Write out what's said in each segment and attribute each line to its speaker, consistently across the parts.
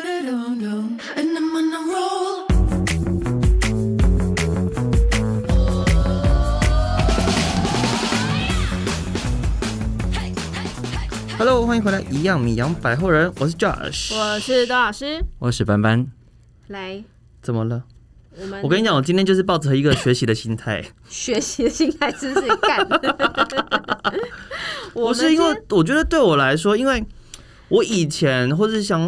Speaker 1: And I'm on a roll.
Speaker 2: Hello，欢迎回来，一样米阳百货人，我是 Josh，
Speaker 3: 我是多老师，
Speaker 4: 我是班班，
Speaker 3: 来，
Speaker 2: 怎么了？
Speaker 3: 我们
Speaker 2: 我跟你讲，我今天就是抱着一个学习的心态，
Speaker 3: 学习的心态是不是 干？我
Speaker 2: 不
Speaker 3: 们
Speaker 2: 是因
Speaker 3: 今
Speaker 2: 为我觉得对我来说，因为我以前或是想，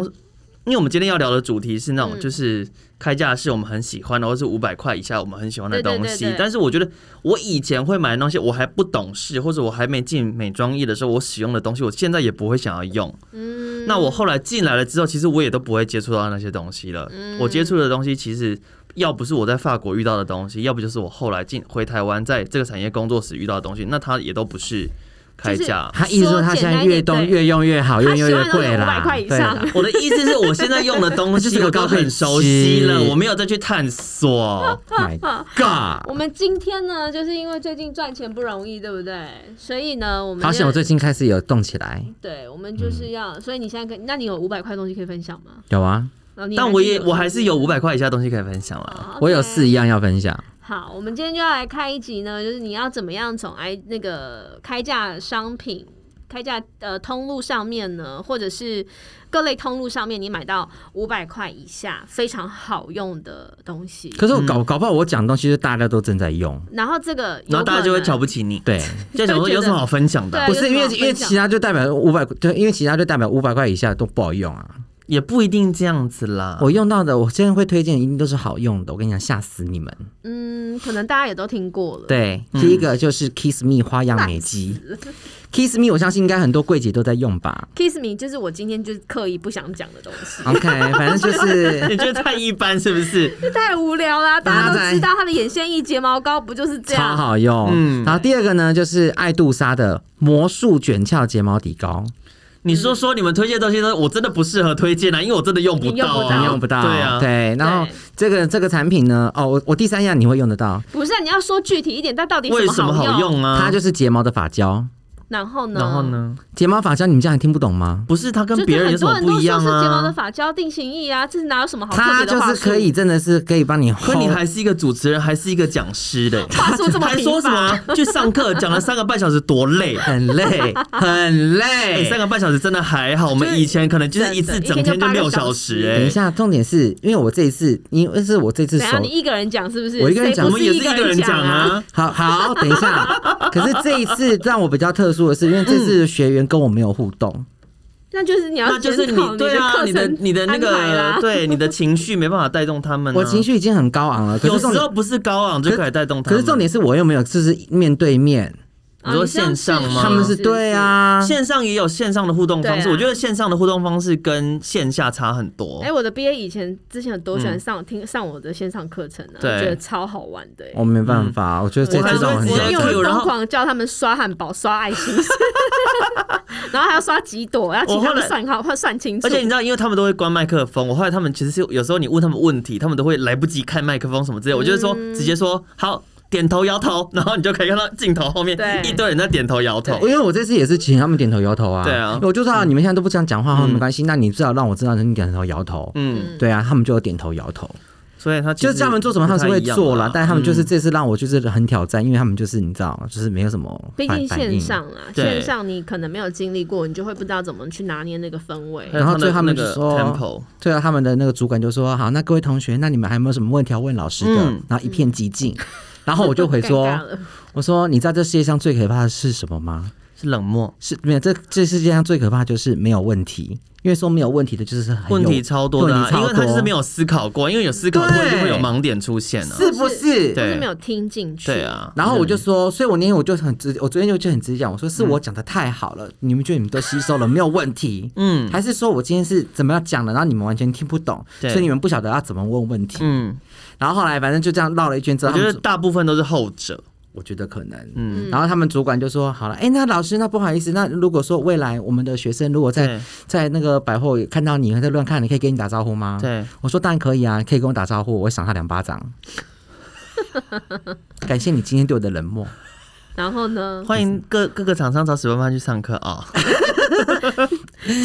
Speaker 2: 因为我们今天要聊的主题是
Speaker 3: 嗯
Speaker 2: 那种就是开价是我们很喜欢的，或是五百块以下我们很喜欢的
Speaker 3: 对对
Speaker 2: 东西。
Speaker 3: 对对
Speaker 2: 但是我觉得我以前会买的东西，我还不懂事，或者我还没进美妆业的时候，我使用的东西，我现在也不会想要用。
Speaker 3: 嗯
Speaker 2: 那我后来进来了之后，其实我也都不会接触到那些东西了。
Speaker 3: 嗯
Speaker 2: 我接触的东西，其实要不是我在法国遇到的东西，要不就是我后来进回台湾在这个产业工作时遇到的东西，那它也都不是开价。
Speaker 4: 他意思说他现在越动越用越好，越
Speaker 3: 他
Speaker 4: 用
Speaker 3: 喜
Speaker 4: 越
Speaker 3: 欢的东西
Speaker 4: 贵啦，
Speaker 3: 500块以上
Speaker 4: 对 啦
Speaker 2: 我的意思是我现在用的东
Speaker 4: 这是
Speaker 2: 西
Speaker 4: 一个
Speaker 2: 我都
Speaker 4: 高配
Speaker 2: 很熟悉
Speaker 4: 机
Speaker 2: 了，我没有再去探索。
Speaker 4: ，My God！
Speaker 3: 我们今天呢，就是因为最近赚钱不容易，对不对？所以呢，我们
Speaker 4: 好
Speaker 3: 就
Speaker 4: 险，我最近开始有动起来，
Speaker 3: 对，我们
Speaker 2: 嗯
Speaker 3: 就是要，所以你现在跟，那你有五百块东西可以分享吗？
Speaker 4: 有啊，
Speaker 3: 然后你
Speaker 2: 但我也
Speaker 3: 有
Speaker 2: 我还是有五百块以下的东西可以分享了。
Speaker 3: 好，OK
Speaker 4: 我有四样要分享。
Speaker 3: 好，我们今天就要来开一集呢，就是你要怎么样从哎那个开价商品、开价呃通路上面呢，或者是各类通路上面，你买到五百块以下非常好用的东西。
Speaker 4: 可是我搞搞不好我讲的东西就大家都正在用，
Speaker 3: 然后这个有可能，
Speaker 2: 然后大家就会瞧不起你，
Speaker 4: 对，
Speaker 2: 就想说有什么好分享的啊？
Speaker 3: 对
Speaker 4: 不是因为
Speaker 3: 有什么好分享
Speaker 4: 因为其他就代表五百，对，因为其他就代表五百块以下都不好用啊。
Speaker 2: 也不一定这样子啦。
Speaker 4: 我用到的，我现在会推荐，一定都是好用的。我跟你讲，吓死你们！
Speaker 3: 嗯，可能大家也都听过了。
Speaker 4: 对，第一个就是 Kiss Me 花样美肌，Kiss Me 我相信应该很多柜姐都在用吧。
Speaker 3: ，Kiss Me 就是我今天就是刻意不想讲的东 西，
Speaker 4: OK，反正就是
Speaker 2: 你觉得太一般是不是？
Speaker 3: 太无聊啦！大家
Speaker 4: 大家
Speaker 3: 都
Speaker 4: 在
Speaker 3: 知道它的眼线液、睫毛膏不就是这
Speaker 4: 超
Speaker 3: 样？
Speaker 4: 好用。
Speaker 2: 嗯
Speaker 4: 然后第二个呢，就是爱杜莎的魔术卷翘睫毛底膏，
Speaker 2: 你说说你们推荐的东西呢？我真的不适合推荐啊，因为我真的用不到、
Speaker 3: 你用不到
Speaker 2: 啊，
Speaker 4: 用不到。
Speaker 2: 对啊，
Speaker 4: 对。然后
Speaker 3: 对
Speaker 4: 这个这个产品呢，哦，我我第三样你会用得到，
Speaker 3: 不是啊、你要说具体一点，它到底
Speaker 2: 为什么好用啊？
Speaker 4: 它就是睫毛的发胶。
Speaker 3: 然后呢？
Speaker 2: 然后？呢？
Speaker 4: 睫毛发胶，你们这样还听不懂吗？
Speaker 2: 不是它跟
Speaker 3: 就
Speaker 2: 别
Speaker 3: 是
Speaker 2: 人有
Speaker 3: 很
Speaker 2: 什
Speaker 3: 多
Speaker 2: 么
Speaker 3: 人
Speaker 2: 不
Speaker 3: 都
Speaker 2: 一
Speaker 3: 说
Speaker 2: 样
Speaker 3: 是睫毛的
Speaker 2: 啊？
Speaker 3: 发胶定型液啊，这是哪有什么好特
Speaker 4: 它
Speaker 3: 别的
Speaker 4: 就
Speaker 3: 话
Speaker 4: 是
Speaker 3: 术？
Speaker 4: 可以，真的是可以帮你。！
Speaker 2: 可你还是一个主持人，还是一个讲师的、
Speaker 3: 话术这么
Speaker 2: 还
Speaker 3: 频
Speaker 2: 说什么
Speaker 3: 繁，
Speaker 2: 啊去上课讲了三个半小时，多 累
Speaker 4: 很累，很
Speaker 2: 哎、
Speaker 4: 累。
Speaker 2: 三个半小时真的还好，我们以前可能就是一次
Speaker 3: 真的
Speaker 2: 整天就
Speaker 3: 一天就
Speaker 2: 六
Speaker 3: 八个小
Speaker 2: 小
Speaker 3: 时
Speaker 2: 时、
Speaker 4: 等一
Speaker 2: 哎，
Speaker 4: 下，重点是因为我这一次，因为是我这次
Speaker 3: 怎
Speaker 4: 手
Speaker 3: 样？你一个人讲是不是？
Speaker 4: 我一个人讲
Speaker 3: 谁
Speaker 2: 我
Speaker 3: 不
Speaker 2: 们也
Speaker 3: 是
Speaker 2: 是
Speaker 3: 一
Speaker 2: 一个人
Speaker 3: 人
Speaker 2: 讲
Speaker 3: 啊。
Speaker 2: 啊。
Speaker 4: 好好，等一下。可是这一次让我比较特殊的是，因为这次的学员跟我没有互动，
Speaker 3: 那就是你要
Speaker 2: 那就是
Speaker 3: 检讨
Speaker 2: 你对啊，你
Speaker 3: 的
Speaker 2: 的
Speaker 3: 课程
Speaker 2: 你的那
Speaker 3: 安排
Speaker 2: 个
Speaker 3: 啦
Speaker 2: 对你的情绪没办法带动他们、啊，
Speaker 4: 我情绪已经很高昂了。可
Speaker 2: 有
Speaker 4: 是重
Speaker 2: 时
Speaker 4: 点
Speaker 2: 候不是高昂就可以带动他
Speaker 4: 可
Speaker 2: 们。
Speaker 4: 是重点是我又没有，就是面对面，
Speaker 3: 啊
Speaker 2: 你说
Speaker 3: 这样
Speaker 2: 线上
Speaker 3: 是
Speaker 2: 吗
Speaker 3: 是
Speaker 4: 他们
Speaker 3: 是
Speaker 4: 是对，啊，
Speaker 2: 线上也有线上的互动方式，
Speaker 3: 对啊
Speaker 2: 我觉得线上的互动方式跟线下差很多
Speaker 3: 是哎、。我的毕业以前之前有多喜欢上、听上我的线上课程啊，
Speaker 2: 嗯对
Speaker 3: 觉得超好玩的、哎
Speaker 4: 我没办法，我觉得
Speaker 2: 嗯
Speaker 4: 这
Speaker 2: 我还
Speaker 4: 这
Speaker 2: 是
Speaker 4: 种很
Speaker 2: 会
Speaker 3: 我
Speaker 2: 直接
Speaker 3: 因为
Speaker 4: 小
Speaker 2: 用
Speaker 3: 我
Speaker 4: 众
Speaker 2: 然后
Speaker 3: 疯狂叫他们刷汉堡、刷 爱心，然后还要刷几朵，要请
Speaker 2: 我
Speaker 3: 他
Speaker 2: 后
Speaker 3: 们
Speaker 2: 来
Speaker 3: 算好、算清楚。
Speaker 2: 而且你知道，因为他们都会关麦克风，我后来他们其实是有时候你问他们问题，他们都会来不及看麦克风什么之类，我就是
Speaker 4: 嗯
Speaker 2: 说直接说好，点头摇头，然后你就可以看到镜头后面
Speaker 3: 对
Speaker 2: 一堆人在点头摇头嗯
Speaker 4: 因。为我这次也是请他们点头摇头啊，
Speaker 2: 对啊
Speaker 4: 我就知道你们现在都不这样讲话，没关系，那你至少让我知道你点头摇头，
Speaker 2: 嗯，
Speaker 4: 对啊，他们就有点头摇头，
Speaker 2: 所以他其
Speaker 4: 就
Speaker 2: 实
Speaker 4: 是他们做什么他们是会做啦，
Speaker 2: 不太一样啊
Speaker 4: 但他们就是
Speaker 2: 嗯
Speaker 4: 这次让我就是很挑战，因为他们就是你知道，就是没有什么
Speaker 3: 毕
Speaker 4: 反
Speaker 3: 竟
Speaker 4: 反
Speaker 3: 线
Speaker 4: 应。
Speaker 3: 上啊，
Speaker 2: 对
Speaker 3: 线上你可能没有经历过，你就会不知道怎么去拿捏那个氛围。
Speaker 2: 还有
Speaker 4: 然后最后他们
Speaker 2: 那个
Speaker 4: 就说
Speaker 2: tempo，
Speaker 4: 对啊，他们的那个主管就说：“好，那各位同学，那你们还有没有什么问题要问老师的？”
Speaker 2: 嗯
Speaker 4: 然后一片寂 静，然后我就回
Speaker 3: 尴
Speaker 4: 说：“
Speaker 3: 尬了，
Speaker 4: 我说，你知道这世界上最可怕的是什么吗？
Speaker 2: 是冷漠，
Speaker 4: 是没有，这这世界上最可怕就是没有问题，因为说没有问题的就是很有
Speaker 2: 问题超多的
Speaker 4: 哎问
Speaker 2: 啊，
Speaker 4: 题超
Speaker 2: 因为他就是没
Speaker 4: 有，
Speaker 2: 有思考过，因为有思考过
Speaker 4: 对
Speaker 2: 就会有盲点出现啊。
Speaker 4: 是不是？
Speaker 2: 对
Speaker 3: 就是没有听进去。
Speaker 2: 对，啊，
Speaker 4: 然后我就说，所以我那天我就很直，我昨天就就很直接讲，我说
Speaker 2: 嗯
Speaker 4: 是我讲的太好了，你们觉得你们都吸收了，没有问题。
Speaker 2: 嗯
Speaker 4: 还是说我今天是怎么样讲的，然后你们完全听不懂，
Speaker 2: 对
Speaker 4: 所以你们不晓得要怎么问问题。
Speaker 2: 嗯，
Speaker 4: 然后后来反正就这样绕了一圈之后，
Speaker 2: 我觉
Speaker 4: 他
Speaker 2: 得
Speaker 4: 们主
Speaker 2: 大部分都是后者。
Speaker 4: 我觉得可能，
Speaker 2: 嗯
Speaker 4: 嗯。然后他们主管就说好了，哎，那老师，那不好意思，那如果说未来我们的学生如果在
Speaker 2: 对
Speaker 4: 在那个百货看到你在乱看，你可以跟你打招呼吗？，
Speaker 2: 对，
Speaker 4: 我说当然可以啊，可以跟我打招呼，我会赏他两 巴掌。感谢你今天对我的冷漠。
Speaker 3: 然后呢？
Speaker 2: 欢迎各各个厂商找史班班去上课啊、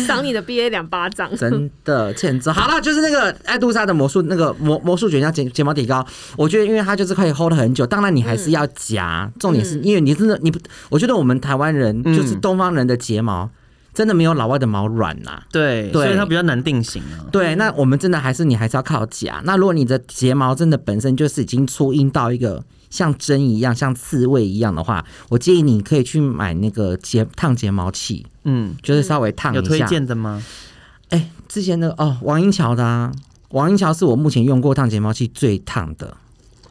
Speaker 3: 赏你的 BA 两巴掌。
Speaker 4: 真的欠揍。好了，就是那个爱杜莎的魔术，那个魔魔术卷加睫睫毛底膏，我觉得因为它就是可以 hold 很久，当然你还是要夹，
Speaker 2: 嗯
Speaker 4: 重点是因为你真的你不，我觉得我们台湾人就是
Speaker 2: 嗯
Speaker 4: 东方人的睫毛，真的没有老外的毛软啊呐、
Speaker 2: 对，
Speaker 4: 对
Speaker 2: 所以它比较难定型啊。
Speaker 4: 对，那我们真的还是你还是要靠夹。那如果你的睫毛真的本身就是已经粗硬到一个像针一样、像刺猬一样的话，我建议你可以去买那个睫烫睫毛器，
Speaker 2: 嗯，
Speaker 4: 就是稍微烫一
Speaker 2: 有
Speaker 4: 下。
Speaker 2: 推荐的吗？
Speaker 4: 哎、之前那个哦，王英桥的啊，王英桥是我目前用过烫睫毛器最烫的。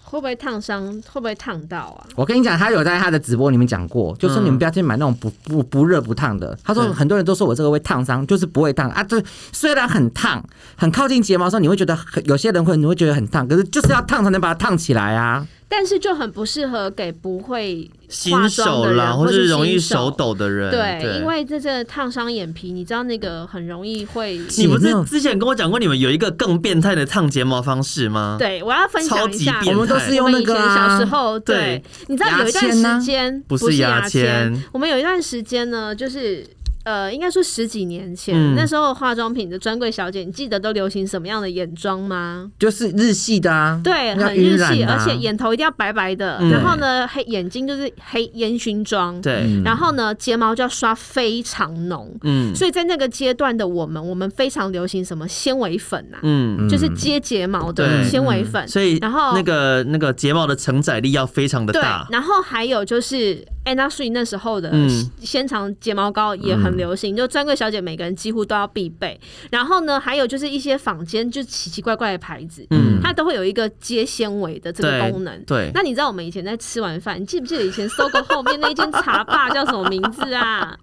Speaker 3: 会不会烫伤？会不会烫到啊？
Speaker 4: 我跟你讲，他有在他的直播里面讲过，就说你们不要去买那种不不不热不烫的。他说
Speaker 2: 嗯
Speaker 4: 很多人都说我这个会烫伤，就是不会烫啊。对，虽然很烫，很靠近睫毛的时候，你会觉得很有些人会你会觉得很烫，可是就是要烫才能把它烫起来啊。
Speaker 3: 但是就很不适合给不会化
Speaker 2: 新
Speaker 3: 妆
Speaker 2: 手
Speaker 3: 的
Speaker 2: 啦，
Speaker 3: 人，
Speaker 2: 或
Speaker 3: 是
Speaker 2: 是容易
Speaker 3: 新
Speaker 2: 手。抖的人，
Speaker 3: 对，因为这真的烫伤眼皮，你知道那个很容易会。
Speaker 2: 你不
Speaker 4: 你没
Speaker 2: 是
Speaker 4: 有
Speaker 2: 之前跟我讲过，你们有一个更变态的烫睫毛方式吗？，
Speaker 3: 对，我要分享一下
Speaker 2: 超级。
Speaker 4: 我
Speaker 2: 变
Speaker 4: 们都是用那个
Speaker 3: 我们以前小时
Speaker 4: 啊，
Speaker 3: 候，对
Speaker 2: 对，
Speaker 3: 你知道有一段
Speaker 4: 牙签呢
Speaker 3: 时间
Speaker 2: 不是
Speaker 3: 是
Speaker 2: 牙
Speaker 3: 牙签
Speaker 2: 签，
Speaker 3: 我们有一段时间呢，就是。呃，应该说十几年前，
Speaker 2: 嗯
Speaker 3: 那时候化妆品的专柜小姐，你记得都流行什么样的眼妆
Speaker 2: 嗯
Speaker 3: 吗？
Speaker 4: 就是日系的啊，
Speaker 3: 对，
Speaker 4: 要
Speaker 3: 很
Speaker 4: 晕
Speaker 3: 日
Speaker 4: 染
Speaker 3: 系，
Speaker 4: 的啊
Speaker 3: 而且眼头一定要白白的，
Speaker 2: 嗯
Speaker 3: 然后呢，黑眼睛就是黑烟熏妆，
Speaker 2: 对，
Speaker 3: 然后呢，睫毛就要刷非常浓。
Speaker 2: 嗯
Speaker 3: 所以在那个阶段的我们，我们非常流行什么纤维粉啊，
Speaker 2: 嗯，
Speaker 3: 就是接睫毛的
Speaker 2: 对嗯
Speaker 3: 纤维粉。
Speaker 2: 所以
Speaker 3: 然后
Speaker 2: 那个那个睫毛的承载力要非常的
Speaker 3: 对
Speaker 2: 大，，
Speaker 3: 然后还有就是 Anna Sui 那时候的
Speaker 2: 嗯
Speaker 3: 纤长睫毛膏也很流行，就专柜小姐每个人几乎都要必备。然后呢，还有就是一些坊间就奇奇怪怪的牌子，
Speaker 2: 嗯
Speaker 3: 它都会有一个接纤维的这个
Speaker 2: 对
Speaker 3: 功能。
Speaker 2: 对
Speaker 3: 那你知道我们以前在吃完饭，你记不记得以前搜狗后面那一间茶吧叫什么名字啊？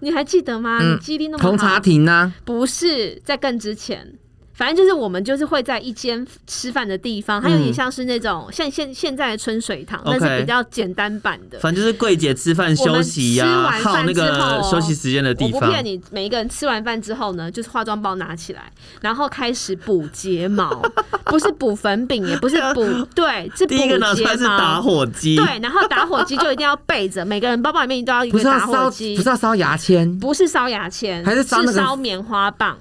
Speaker 3: 你还记得吗？
Speaker 2: 嗯
Speaker 3: 你记忆力那么好。
Speaker 4: 红茶亭啊，
Speaker 3: 不是在更之前，反正就是我们就是会在一间吃饭的地方，它有点像是那种像现现在的春水堂，但
Speaker 2: 嗯 OK
Speaker 3: 是比较简单版的。
Speaker 2: 反正就是柜姐吃饭休息呀、
Speaker 3: 我们吃完饭
Speaker 2: 耗那
Speaker 3: 之后
Speaker 2: 个
Speaker 3: 哦
Speaker 2: 休息时间的
Speaker 3: 我
Speaker 2: 地
Speaker 3: 不
Speaker 2: 方。
Speaker 3: 骗你，每一个人吃完饭之后呢，就是化妆包拿起来，然后开始补 睫毛，不是补粉饼，也不是补，对，是补
Speaker 2: 第一个拿出来
Speaker 3: 睫
Speaker 2: 是打
Speaker 3: 毛。
Speaker 2: 火机，
Speaker 3: 对，然后打火机就一定要备着，每个人包包里面都要一
Speaker 4: 不
Speaker 3: 个
Speaker 4: 是要
Speaker 3: 打火
Speaker 4: 烧，
Speaker 3: 机，
Speaker 4: 不是要烧牙签，
Speaker 3: 不是烧牙签，
Speaker 4: 还是烧那个
Speaker 3: 烧棉花棒。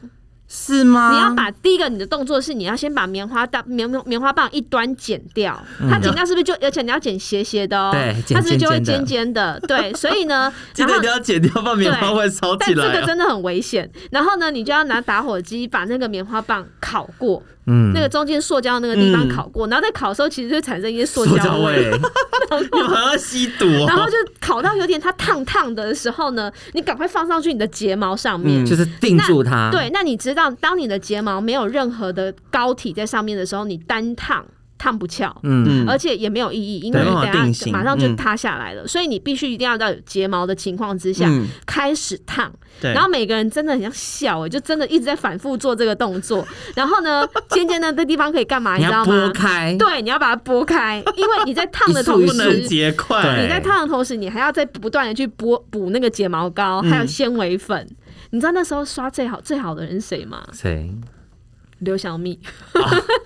Speaker 4: 是吗？
Speaker 3: 你
Speaker 2: 嗯
Speaker 3: 要把第一个你的动作是你要先把棉花棒棉棉花棒一端剪掉，
Speaker 2: 嗯
Speaker 3: 它剪掉是不是就而且你要剪斜斜的哦，
Speaker 4: 对剪
Speaker 3: 它是不是就会
Speaker 4: 尖尖
Speaker 3: 尖
Speaker 4: 的
Speaker 3: 尖的？对，所以呢，
Speaker 2: 记
Speaker 3: 然
Speaker 2: 得
Speaker 3: 后
Speaker 2: 一定要剪掉，不然棉花
Speaker 3: 对
Speaker 2: 会烧
Speaker 3: 但
Speaker 2: 起
Speaker 3: 这
Speaker 2: 来、
Speaker 3: 个
Speaker 2: 哦。
Speaker 3: 真的很危险。然后呢，你就要拿打火机把那个棉花棒烤过，
Speaker 4: 嗯
Speaker 3: 那个中间塑胶那个地方
Speaker 2: 嗯
Speaker 3: 烤过，然后在烤的时候其实就产生一些塑
Speaker 2: 塑
Speaker 3: 胶
Speaker 2: 胶味， 你们还要吸毒、哦？
Speaker 3: 然后就烤到有点它烫烫的时候呢，你赶快放上去你的睫毛上面，
Speaker 2: 嗯
Speaker 4: 就是定住它，
Speaker 3: 对，那你知道，当你的睫毛没有任何的膏体在上面的时候，你单烫烫不翘。
Speaker 4: 嗯，哦
Speaker 3: 而且也没有意义，因为
Speaker 2: 对
Speaker 3: 你
Speaker 2: 没办法
Speaker 3: 等
Speaker 2: 定
Speaker 3: 下
Speaker 2: 型
Speaker 3: 马上就
Speaker 2: 嗯
Speaker 3: 塌下来了，所以你必须一定要在有睫毛的情况之下、
Speaker 2: 嗯，
Speaker 3: 开始烫。
Speaker 2: 对，
Speaker 3: 然后每个人真的很像笑哎、就真的一直在反复做这个动 作。然后呢，尖尖的这地方可以干嘛？
Speaker 4: 你
Speaker 3: 知道
Speaker 4: 要拨
Speaker 3: 吗？
Speaker 4: 开，
Speaker 3: 对，你要把它拨开，因为你在烫的
Speaker 4: 一束
Speaker 3: 同
Speaker 4: 一
Speaker 2: 不
Speaker 4: 束
Speaker 2: 能
Speaker 3: 时，
Speaker 2: 结块
Speaker 4: 对。
Speaker 3: 你在烫的同时，你还要再不断的去拨补那个睫毛膏，还有
Speaker 2: 嗯
Speaker 3: 纤维粉。你知道那时候刷最好最好的人是谁吗？
Speaker 4: 谁？
Speaker 3: 刘小蜜，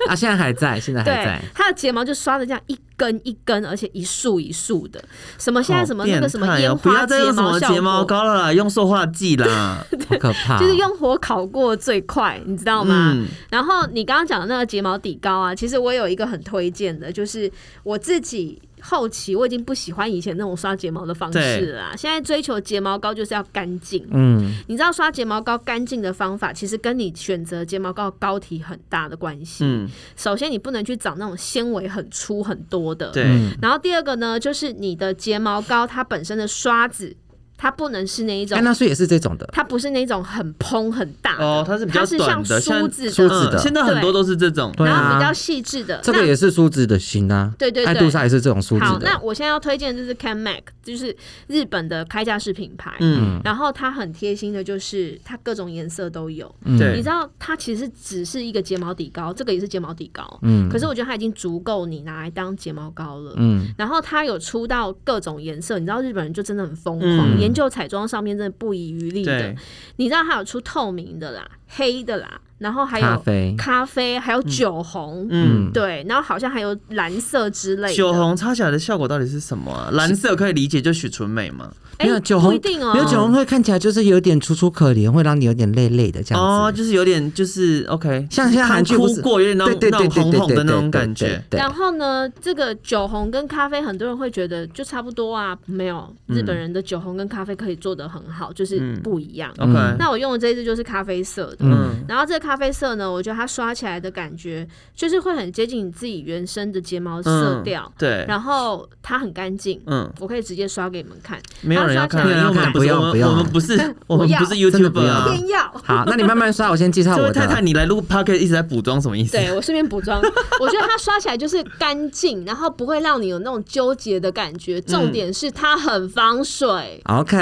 Speaker 4: 啊，现在还在，现在还
Speaker 3: 对
Speaker 4: 在。，
Speaker 3: 她的睫毛就刷的这样一根一根，而且一束一束的。什么现在什么那个什么
Speaker 2: 好变态
Speaker 3: 烟
Speaker 2: 哦不
Speaker 3: 花
Speaker 2: 要再
Speaker 3: 睫
Speaker 2: 用什
Speaker 3: 毛
Speaker 2: 么
Speaker 3: 效
Speaker 2: 睫毛
Speaker 3: 果，
Speaker 2: 膏了啦，用塑化剂 啦。
Speaker 4: 好可怕哦、
Speaker 3: 就是用火烤过最快，你知道吗？
Speaker 2: 嗯，
Speaker 3: 然后你刚刚讲的那个睫毛底膏啊，其实我有一个很推荐的，就是我自己后期我已经不喜欢以前那种刷睫毛的方式了啊啦，现在追求睫毛膏就是要干净。
Speaker 4: 嗯
Speaker 3: 你知道刷睫毛膏干净的方法，其实跟你选择睫毛膏膏体很大的关系。
Speaker 2: 嗯，
Speaker 3: 首先，你不能去找那种纤维很粗很多的。
Speaker 2: 对。
Speaker 4: 嗯。
Speaker 3: 然后第二个呢，就是你的睫毛膏它本身的刷子，它不能是那一种
Speaker 2: 哎
Speaker 4: 安，娜素也哎是这种的，
Speaker 3: 它不是那种很蓬很大的
Speaker 2: 哦，它是比较
Speaker 3: 它是
Speaker 2: 短
Speaker 3: 像
Speaker 2: 的，
Speaker 3: 梳
Speaker 2: 像
Speaker 3: 子的
Speaker 4: 梳子的
Speaker 2: 嗯现在很多都是这种。
Speaker 4: 对
Speaker 3: 然后比较
Speaker 4: 啊，
Speaker 3: 细致的。
Speaker 4: 这个也是梳子的型啊。
Speaker 3: 呃对对对
Speaker 4: 爱杜莎也是这种梳
Speaker 3: 那好
Speaker 4: 子，
Speaker 3: 那
Speaker 4: 的。
Speaker 3: 我现在要推荐的就是 Can Mac，就是日本的开架式品牌。
Speaker 2: 嗯，
Speaker 3: 然后它很贴心的，就是它各种颜色都有。你
Speaker 2: 对
Speaker 3: 知，道，它其实只是一个睫毛底膏，这个也是睫毛底膏。
Speaker 4: 嗯
Speaker 3: 可是我觉得它已经足够你拿来当睫毛膏了。
Speaker 4: 嗯，
Speaker 3: 然后它有出到各种颜色，你知道日本人就真的很疯狂，
Speaker 2: 嗯
Speaker 3: 研究彩妆上面真的不遗余力的
Speaker 2: 对。
Speaker 3: 你知道它有出透明的啦，黑的啦，然后还有
Speaker 4: 咖啡
Speaker 3: 咖啡还有酒红，
Speaker 2: 嗯，
Speaker 3: 对，然后好像还有蓝色之
Speaker 4: 嗯
Speaker 3: 类的。
Speaker 2: 酒红擦起来的效果到底是什么啊？蓝色可以理解，就许纯美嘛。
Speaker 3: 哎
Speaker 4: 没有酒红，
Speaker 3: 不一定哦，
Speaker 4: 没有酒红会看起来就是有点楚楚可怜，会让你有点累累的这样子。
Speaker 2: 哦，就是有点就是 OK，
Speaker 4: 像像韩剧
Speaker 2: 哭
Speaker 4: 不是
Speaker 2: 过，有点那种
Speaker 4: 对对
Speaker 2: 那
Speaker 4: 对
Speaker 2: 种
Speaker 4: 对
Speaker 2: 红
Speaker 4: 对
Speaker 2: 红的
Speaker 4: 对
Speaker 2: 那种
Speaker 4: 对
Speaker 2: 感
Speaker 4: 对
Speaker 2: 觉。
Speaker 4: 对
Speaker 3: 然后呢，这个酒红跟咖啡，很多人会觉得就差不多啊，没有
Speaker 4: 嗯
Speaker 3: 日本人的酒红跟咖啡可以做得很好，就是
Speaker 2: 嗯
Speaker 3: 不一样。
Speaker 2: OK，
Speaker 4: 嗯
Speaker 3: 那我用的这一支就是咖啡色的，
Speaker 2: 嗯
Speaker 3: 然后这个咖啡色呢，我觉得它刷起来的感觉就是会很接近你自己原生的睫毛
Speaker 4: 嗯
Speaker 3: 色调，
Speaker 2: 对，
Speaker 3: 然后它很干净，
Speaker 2: 嗯，
Speaker 3: 我可以直接刷给你们看，
Speaker 2: 没有人要看啊，
Speaker 3: 没有
Speaker 2: 因为
Speaker 3: 人
Speaker 2: 我
Speaker 3: 要
Speaker 2: 们
Speaker 3: 看
Speaker 2: 不是
Speaker 4: 不
Speaker 2: 我们
Speaker 4: 要不要
Speaker 2: 我们不 是我们不是
Speaker 4: 真的不
Speaker 2: YouTuber
Speaker 4: 啊
Speaker 2: 啊。
Speaker 3: 偏要。
Speaker 4: 好，那你慢慢刷，我先介绍
Speaker 2: 这
Speaker 4: 我
Speaker 2: 位太太，
Speaker 4: 的。
Speaker 2: 你来录 p o c k e t 一直在补妆，什么 意思？
Speaker 3: 对我顺便补妆， 我觉得它刷起来就是干净，然后不会让你有那种纠结的感觉。重点是它很防水。
Speaker 4: OK，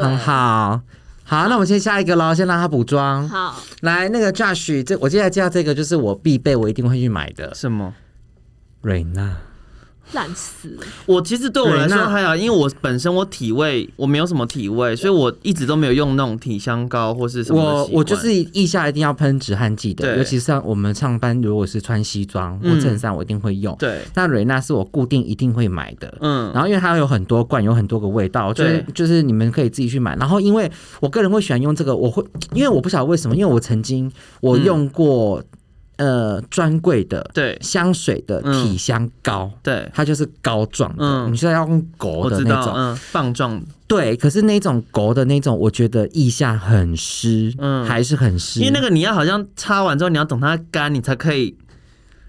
Speaker 4: 很好。好，那我们先下一个喽，先让他补
Speaker 2: 嗯
Speaker 4: 妆。
Speaker 3: 好，
Speaker 4: 来，那个 Josh，这我接下来介绍这个就是我必备，我一定会去买的。
Speaker 2: 什么？
Speaker 4: 瑞娜，
Speaker 3: 烂死了。
Speaker 2: 我其实对我来
Speaker 4: 对
Speaker 2: 说
Speaker 4: 那
Speaker 2: 还好，因为我本身我体味我没有什么体味，所以我一直都没有用那种体香膏或是什么的
Speaker 4: 我
Speaker 2: 习惯
Speaker 4: 我就是腋下一定要喷止汗剂的，
Speaker 2: 对
Speaker 4: 尤其是像我们上班，如果是穿西装或
Speaker 2: 嗯
Speaker 4: 衬衫，我一定会用。
Speaker 2: 对，
Speaker 4: 那瑞娜是我固定一定会买的。
Speaker 2: 嗯，
Speaker 4: 然后因为它有很多罐，有很多个味道，就是
Speaker 2: 对
Speaker 4: 就是你们可以自己去买。然后因为我个人会喜欢用这个，我会因为我不晓得为什么，因为我曾经我用过、呃专柜的
Speaker 2: 嗯对
Speaker 4: 香水的
Speaker 2: 嗯
Speaker 4: 体香膏。
Speaker 2: 对，
Speaker 4: 它就是膏状的，
Speaker 2: 嗯
Speaker 4: 你是要用狗
Speaker 2: 我
Speaker 4: 的
Speaker 2: 知
Speaker 4: 那
Speaker 2: 道，
Speaker 4: 种，
Speaker 2: 嗯，棒状，
Speaker 4: 对。可是那种狗的那种，我觉得腋下很湿，
Speaker 2: 嗯
Speaker 4: 还是很湿。
Speaker 2: 因为那个你要好像擦完之后，你要等它干，你才可以，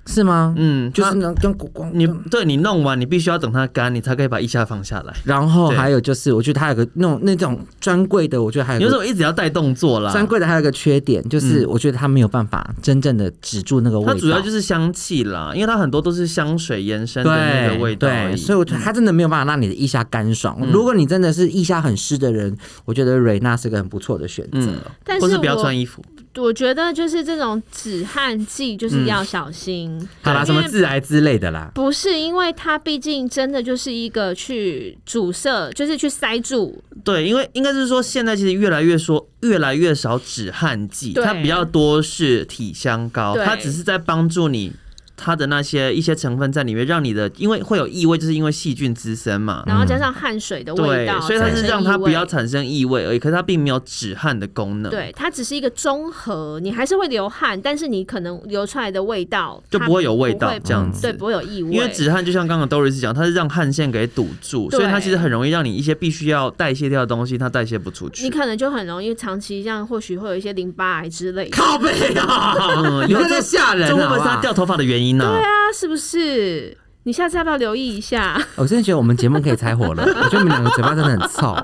Speaker 4: 是吗？
Speaker 2: 嗯，
Speaker 4: 就是
Speaker 2: 它
Speaker 4: 能跟光光
Speaker 2: 你对你弄完，你必须要等它干，你才可以把腋下放下来。
Speaker 4: 然后
Speaker 2: 对
Speaker 4: 还有就是，我觉得它有个那种那种专柜的，我觉得还有
Speaker 2: 有
Speaker 4: 个
Speaker 2: 时候一直要带动作啦，
Speaker 4: 专柜的还有一个缺点，就是我觉得它没有办法真正的止住那个味道。
Speaker 2: 嗯它主要就是香气啦，因为它很多都是香水延伸的那
Speaker 4: 对
Speaker 2: 个味道而
Speaker 4: 对，
Speaker 2: 已。嗯
Speaker 4: 所以我觉得它真的没有办法让你的腋下干爽。如果你真的是腋下很湿的人，我觉得瑞娜是个很不错的选择。
Speaker 2: 嗯，
Speaker 3: 但
Speaker 2: 或
Speaker 3: 是
Speaker 2: 是不要
Speaker 3: 我
Speaker 2: 穿衣服，
Speaker 3: 我觉得就是这种止汗剂，就是要小心。
Speaker 4: 好啦，什
Speaker 3: 因
Speaker 4: 么
Speaker 3: 为
Speaker 4: 致癌之类的啦，
Speaker 3: 不是因为它毕竟真的就是一个去阻塞，就是去塞住。
Speaker 2: 对，因为应该是说现在其实越来越说越来越少止汗剂，
Speaker 3: 对
Speaker 2: 它比较多是体香膏，
Speaker 3: 对
Speaker 2: 它只是在帮助你。它的那些一些成分在里面，让你的因为会有异味，就是因为细菌滋生嘛，
Speaker 3: 然后加上汗水的味
Speaker 2: 对
Speaker 3: 道，，
Speaker 2: 所以它
Speaker 3: 产
Speaker 2: 是
Speaker 3: 生
Speaker 2: 让
Speaker 3: 异
Speaker 2: 它不
Speaker 3: 味
Speaker 2: 要产生异味而已，可是它并没有止汗的功能，，
Speaker 3: 对，它只是一个综合，你还是会流汗，但是你可能流出来的味道
Speaker 2: 就
Speaker 3: 它
Speaker 2: 不会有味道
Speaker 3: 不会
Speaker 2: 这样子
Speaker 3: 对，不会有异味。
Speaker 2: 因为止汗就像刚刚 Doris 讲，它是让汗腺给堵住，所以它
Speaker 3: 对
Speaker 2: 其实很容易让你一些必须要代谢掉的东西，它代谢不出去
Speaker 3: 你。可能就很容易长期这样，或许会有一些淋巴癌之类的。
Speaker 4: 靠背啊，
Speaker 2: 嗯
Speaker 4: 你看这吓人
Speaker 2: 这会不
Speaker 4: 啊！
Speaker 2: 会是他
Speaker 4: 好不好
Speaker 2: 掉头发的原因呢、
Speaker 3: 对啊，是不是？你下次要不要留意一下？
Speaker 4: 我真的觉得我们节目可以拆火了，我觉得你们两个嘴巴真的很臭，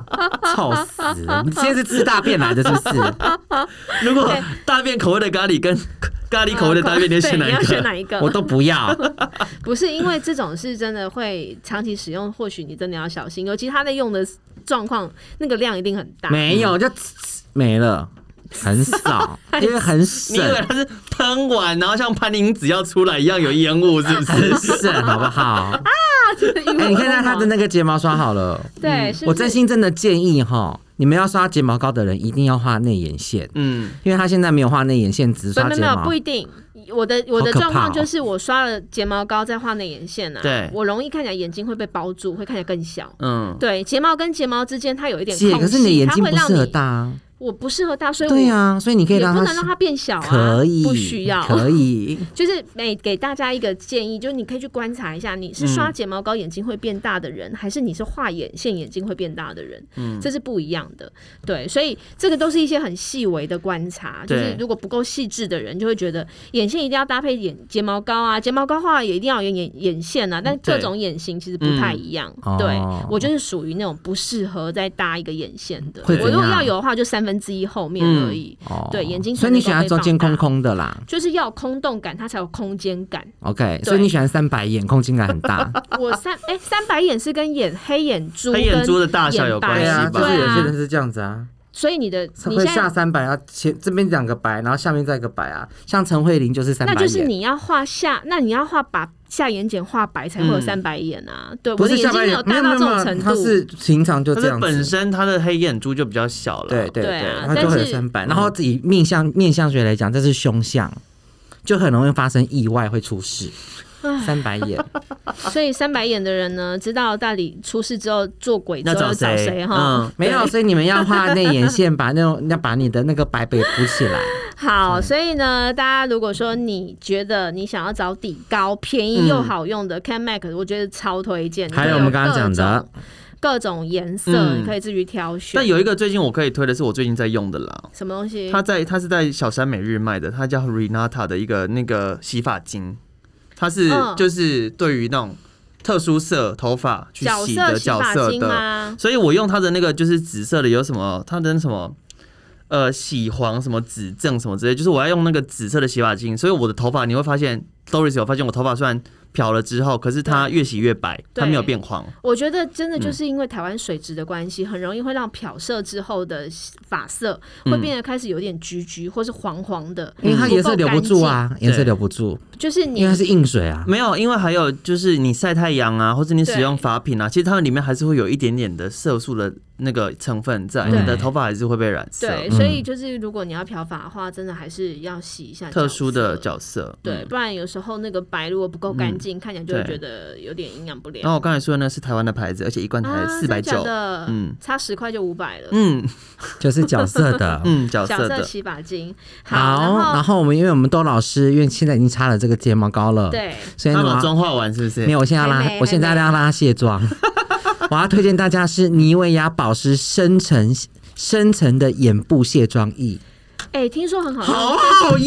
Speaker 4: 臭死了！你今天是吃大便来的，是不是？
Speaker 2: 如果大便口味的咖喱跟 咖喱口味的大便，你
Speaker 3: 啊对
Speaker 2: 会选哪
Speaker 3: 你
Speaker 2: 一
Speaker 3: 要选
Speaker 2: 个？
Speaker 3: 哪一个？
Speaker 4: 我都不要。
Speaker 3: 不是因为这种是真的会长期使用，或许你真的要小心，尤其它在用的状况，那个量一定很大。
Speaker 4: 没有，就没了，很少，因为很
Speaker 2: 你以
Speaker 4: 省，
Speaker 2: 为它是喷完，然后像潘宁子要出来一样有烟雾，是 不
Speaker 4: 很
Speaker 2: 是？
Speaker 4: 省，好不好？哎、
Speaker 3: 哎
Speaker 4: 你看看他的那个睫毛刷好了，
Speaker 3: 对，是不
Speaker 4: 我
Speaker 3: 是
Speaker 4: 真心真的建议哈，你们要刷睫毛膏的人一定要画内眼线，
Speaker 2: 嗯，
Speaker 4: 因为他现在没有画内眼线，只
Speaker 3: 没
Speaker 4: 刷
Speaker 3: 有
Speaker 4: 睫
Speaker 3: 没有
Speaker 4: 毛
Speaker 3: 不。一定。我的我的
Speaker 4: 好可怕
Speaker 3: 状况
Speaker 4: 哦
Speaker 3: 就是我刷了睫毛膏再画内眼线啊，
Speaker 2: 对
Speaker 3: 我容易看起来眼睛会被包住，会看起来更小。
Speaker 2: 嗯，
Speaker 3: 对，睫毛跟睫毛之间它有一点空
Speaker 4: 姐，
Speaker 3: 隙，
Speaker 4: 可是你的眼睛
Speaker 3: 它会
Speaker 4: 不
Speaker 3: 让
Speaker 4: 适合
Speaker 3: 你
Speaker 4: 大啊，
Speaker 3: 我不适合大，所以我
Speaker 4: 对呀、所以你可以
Speaker 3: 也
Speaker 4: 让
Speaker 3: 不
Speaker 4: 它
Speaker 3: 能让它变小啊，
Speaker 4: 可以，
Speaker 3: 不需要。
Speaker 4: 可以。
Speaker 3: 就是每给大家一个建议，就是你可以去观察一下，你是
Speaker 4: 嗯
Speaker 3: 刷睫毛膏眼睛会变大的人，还是你是画眼线眼睛会变大的人，嗯，这是不一样的。对，所以这个都是一些很细微的观察，就
Speaker 2: 对
Speaker 3: 是如果不够细致的人，就会觉得眼线一定要搭配眼睫毛膏啊，睫毛膏画也一定要有眼眼线啊，但各
Speaker 2: 对
Speaker 3: 种眼型其实不太一样。
Speaker 4: 嗯
Speaker 3: 对
Speaker 4: 哦
Speaker 3: 我就是属于那种不适合再搭一个眼线的，
Speaker 4: 会怎
Speaker 3: 我如果
Speaker 4: 样
Speaker 3: 要有的话，就三分之一后面而已。
Speaker 4: 哦
Speaker 3: 对眼睛才
Speaker 4: 所以你
Speaker 3: 能够
Speaker 4: 喜欢
Speaker 3: 被
Speaker 4: 中
Speaker 3: 放
Speaker 4: 间空
Speaker 3: 大
Speaker 4: 空的啦
Speaker 3: 就是要有空洞感，它才有空间感。
Speaker 4: ，OK，所以
Speaker 3: 对
Speaker 4: 你喜欢三白眼，空间感很大，
Speaker 3: 我三哎、三白眼是跟眼黑眼珠
Speaker 2: 黑眼珠的大小有关
Speaker 3: 系
Speaker 2: 系吧
Speaker 3: 对
Speaker 4: 就是有些人
Speaker 3: 啊，
Speaker 4: 是这样子啊，
Speaker 3: 所以你的你
Speaker 4: 会
Speaker 3: 现
Speaker 4: 下
Speaker 3: 在
Speaker 4: 三百，然后前这边两个白，然后下面再一个白啊。像陈慧琳就是三百
Speaker 3: 那
Speaker 4: 眼，
Speaker 3: 就是你要画下，那你要画把下眼睑画白才会有
Speaker 2: 嗯
Speaker 3: 三白眼啊。对，
Speaker 4: 不
Speaker 3: 我的
Speaker 4: 是
Speaker 3: 眼
Speaker 4: 下
Speaker 3: 睛
Speaker 4: 半
Speaker 3: 没有
Speaker 4: 年没
Speaker 3: 大
Speaker 4: 有
Speaker 3: 到
Speaker 4: 没
Speaker 3: 这
Speaker 4: 有
Speaker 3: 种
Speaker 4: 没
Speaker 3: 程
Speaker 4: 有，
Speaker 3: 度。
Speaker 4: 他是平常就
Speaker 2: 它
Speaker 4: 这
Speaker 2: 是
Speaker 4: 样
Speaker 2: 本
Speaker 4: 子。
Speaker 2: 身它的黑眼珠就比较小了，
Speaker 4: 对对
Speaker 3: 对啊
Speaker 4: 它
Speaker 3: 但
Speaker 4: 就会有
Speaker 3: 是
Speaker 4: 三嗯白。然后以面相面相学来讲，这是凶相，就很容易发生意外，会出事。三白眼，
Speaker 3: 所以三白眼的人呢，知道大理出事之后做鬼之
Speaker 2: 那
Speaker 3: 后
Speaker 2: 找
Speaker 3: 要找
Speaker 2: 谁？
Speaker 3: 谁哈？
Speaker 2: 嗯，
Speaker 4: 没有，所以你们要画内眼线，把那种要把你的那个白背补起来。
Speaker 3: 好，所以呢，大家如果说你觉得你想要找底膏、便
Speaker 2: 嗯
Speaker 3: 宜又好用的 Can Mac，我觉得超推荐。
Speaker 4: 还有
Speaker 3: 有
Speaker 4: 我们刚刚讲
Speaker 3: 各
Speaker 4: 的
Speaker 3: 种，各种颜色，
Speaker 2: 嗯
Speaker 3: 你可以自己挑选。
Speaker 2: 但有一个最近我可以推的是我最近在用的啦，
Speaker 3: 什么东西？
Speaker 2: 它在它是在小山每日卖的，它叫 Renata 的一个那个洗发精，它是
Speaker 3: 嗯
Speaker 2: 就是对于那种特殊色头发去
Speaker 3: 角
Speaker 2: 洗
Speaker 3: 色
Speaker 2: 的嗯
Speaker 3: 洗
Speaker 2: 角
Speaker 3: 发
Speaker 2: 色
Speaker 3: 精啊
Speaker 2: 的，
Speaker 3: 吗？
Speaker 2: 所以我用它的那个就是紫色的有什么，它的什么。呃，洗黄什么紫正什么之类，就是我要用那个紫色的洗发精，所以我的头发你会发现，Doris 有发现我头发虽然漂了之后，可是它越洗越白，它没有
Speaker 3: 对
Speaker 2: 变黄。
Speaker 3: 我觉得真的就是因为台湾水质的关系，很容易会让漂色之后的发色会变得开始有点橘橘或是黄黄的，
Speaker 4: 因为它颜色留不住
Speaker 3: 嗯
Speaker 4: 啊，颜色
Speaker 2: 对
Speaker 4: 留不住，
Speaker 3: 不够干净。嗯就是
Speaker 4: 因为
Speaker 3: 你
Speaker 4: 它是硬水啊。
Speaker 2: 没有，因为还有就是你晒太阳啊，或者你使用发品啊，其实它们里面还是会有一点点的色素的那个成分在，
Speaker 4: 对
Speaker 2: 你的头发还是会被染色。嗯
Speaker 3: 对，所以就是如果你要漂发的话，真的还是要洗一下
Speaker 2: 特殊的
Speaker 3: 角色。
Speaker 2: 角色。
Speaker 3: 对，
Speaker 2: 嗯。
Speaker 3: 不然有时候那个白如果不够干净，看起来就会
Speaker 2: 对
Speaker 3: 觉得有点营养不良。
Speaker 2: 然后我刚才说的那是台湾的牌子，而且一罐才
Speaker 3: 啊，
Speaker 2: 四百九
Speaker 3: 真的假。的，
Speaker 2: 嗯
Speaker 3: 差十块就五百了。
Speaker 2: 嗯
Speaker 4: 就是角色的。
Speaker 2: 嗯，角
Speaker 3: 角
Speaker 2: 色
Speaker 3: 色
Speaker 2: 的。
Speaker 3: 洗发精，
Speaker 4: 好，
Speaker 3: 然
Speaker 4: 然
Speaker 3: 后
Speaker 4: 后我们因为我们都老师，因为现在已经擦了这个睫毛膏了，，
Speaker 3: 对，
Speaker 4: 所以
Speaker 2: 他
Speaker 4: 呢，
Speaker 2: 把
Speaker 4: 我要
Speaker 2: 妆化完是不是？
Speaker 4: 没有，我现在要
Speaker 3: 还
Speaker 4: 拉
Speaker 3: 没，
Speaker 4: 我现在要拉 卸妆。我要推荐大家是妮维雅保湿深层深层的眼部卸妆液，
Speaker 3: 哎，听说很好用，
Speaker 4: 好好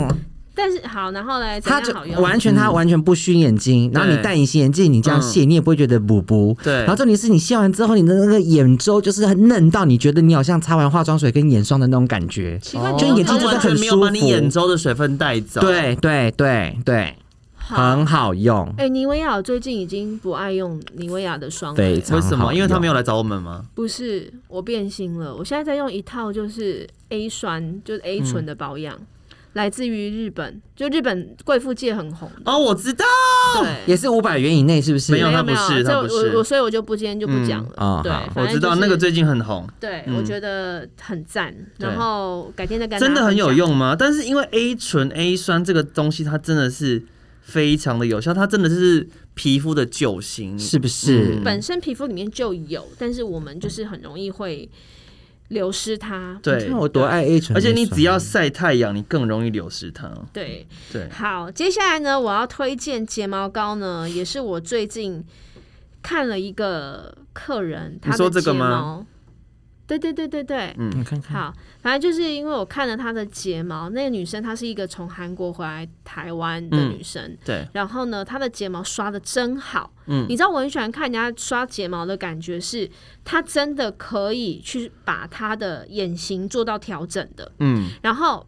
Speaker 4: 用，
Speaker 3: 但是好，然后嘞，怎
Speaker 4: 它
Speaker 3: 样
Speaker 4: 就
Speaker 3: 好用？
Speaker 4: 完全它完全不熏眼睛，然后你
Speaker 2: 嗯对
Speaker 4: 戴隐形眼镜，你这样卸你也不会觉得补补。
Speaker 2: 对
Speaker 4: 然后重点是你卸完之后，你的那个眼周就是很嫩到你觉得你好像擦完化妆水跟眼霜的那种感觉。
Speaker 3: 奇怪，
Speaker 4: 就
Speaker 3: 你
Speaker 4: 眼睛
Speaker 3: 怎
Speaker 4: 真
Speaker 3: 么
Speaker 4: 的
Speaker 2: 哦完
Speaker 4: 很
Speaker 2: 全没有把你
Speaker 4: 舒服
Speaker 2: 眼周的水分带走。，
Speaker 4: 对对对对，
Speaker 3: 好。
Speaker 4: 很好用。
Speaker 3: 哎，妮维雅最近已经不爱用妮维雅的霜了
Speaker 4: 非
Speaker 3: 耶，
Speaker 4: 常
Speaker 2: 为什么？因为他没
Speaker 4: 有
Speaker 2: 有来找我们吗？
Speaker 3: 不是我变心了，我现在在用一套就是 A 酸，就是 A
Speaker 2: 嗯
Speaker 3: 醇的保养，来自于日本，就日本贵妇界很红的，
Speaker 2: 哦，我知道。
Speaker 3: 对，
Speaker 4: 也是五百元以内，是不是？
Speaker 2: 没有
Speaker 3: 没
Speaker 2: 他
Speaker 3: 没有，
Speaker 2: 不是他
Speaker 3: 这
Speaker 2: 不是
Speaker 3: 我我所以我就不今天就不讲了。
Speaker 4: 嗯哦
Speaker 3: 对
Speaker 4: 好，
Speaker 2: 我知道那个最近很红，
Speaker 3: 对，
Speaker 2: 嗯
Speaker 3: 我觉得很赞。
Speaker 2: 对
Speaker 3: 然后改天再跟大家
Speaker 2: 真的很有
Speaker 3: 分享。
Speaker 2: 用吗？但是因为 A 醇 A 酸这个东西，它真的是非常的有效，它真的是皮肤的救星。
Speaker 4: 是不是？
Speaker 2: 嗯
Speaker 3: 本身皮肤里面就有，但是我们就是很容易会流失它。
Speaker 2: 对
Speaker 4: 看，我多爱 A 醇，
Speaker 2: 而且你只要晒太阳，你更容易流失它。
Speaker 3: 对，
Speaker 2: 对，
Speaker 3: 好，接下来呢，我要推荐睫毛膏呢，也是我最近看了一个客人，他的
Speaker 2: 说这个
Speaker 3: 睫
Speaker 2: 吗
Speaker 3: 毛？对对对对对，
Speaker 2: 嗯
Speaker 4: 你看看，
Speaker 3: 好，反正就是因为我看了她的睫毛，那个女生她是一个从韩国回来台湾的
Speaker 2: 嗯
Speaker 3: 女生，
Speaker 2: 对，
Speaker 3: 然后呢，她的睫毛刷的真好，
Speaker 2: 嗯
Speaker 3: 你知道我很喜欢看人家刷睫毛的感觉是，她真的可以去把她的眼型做到调整的，
Speaker 2: 嗯，
Speaker 3: 然后。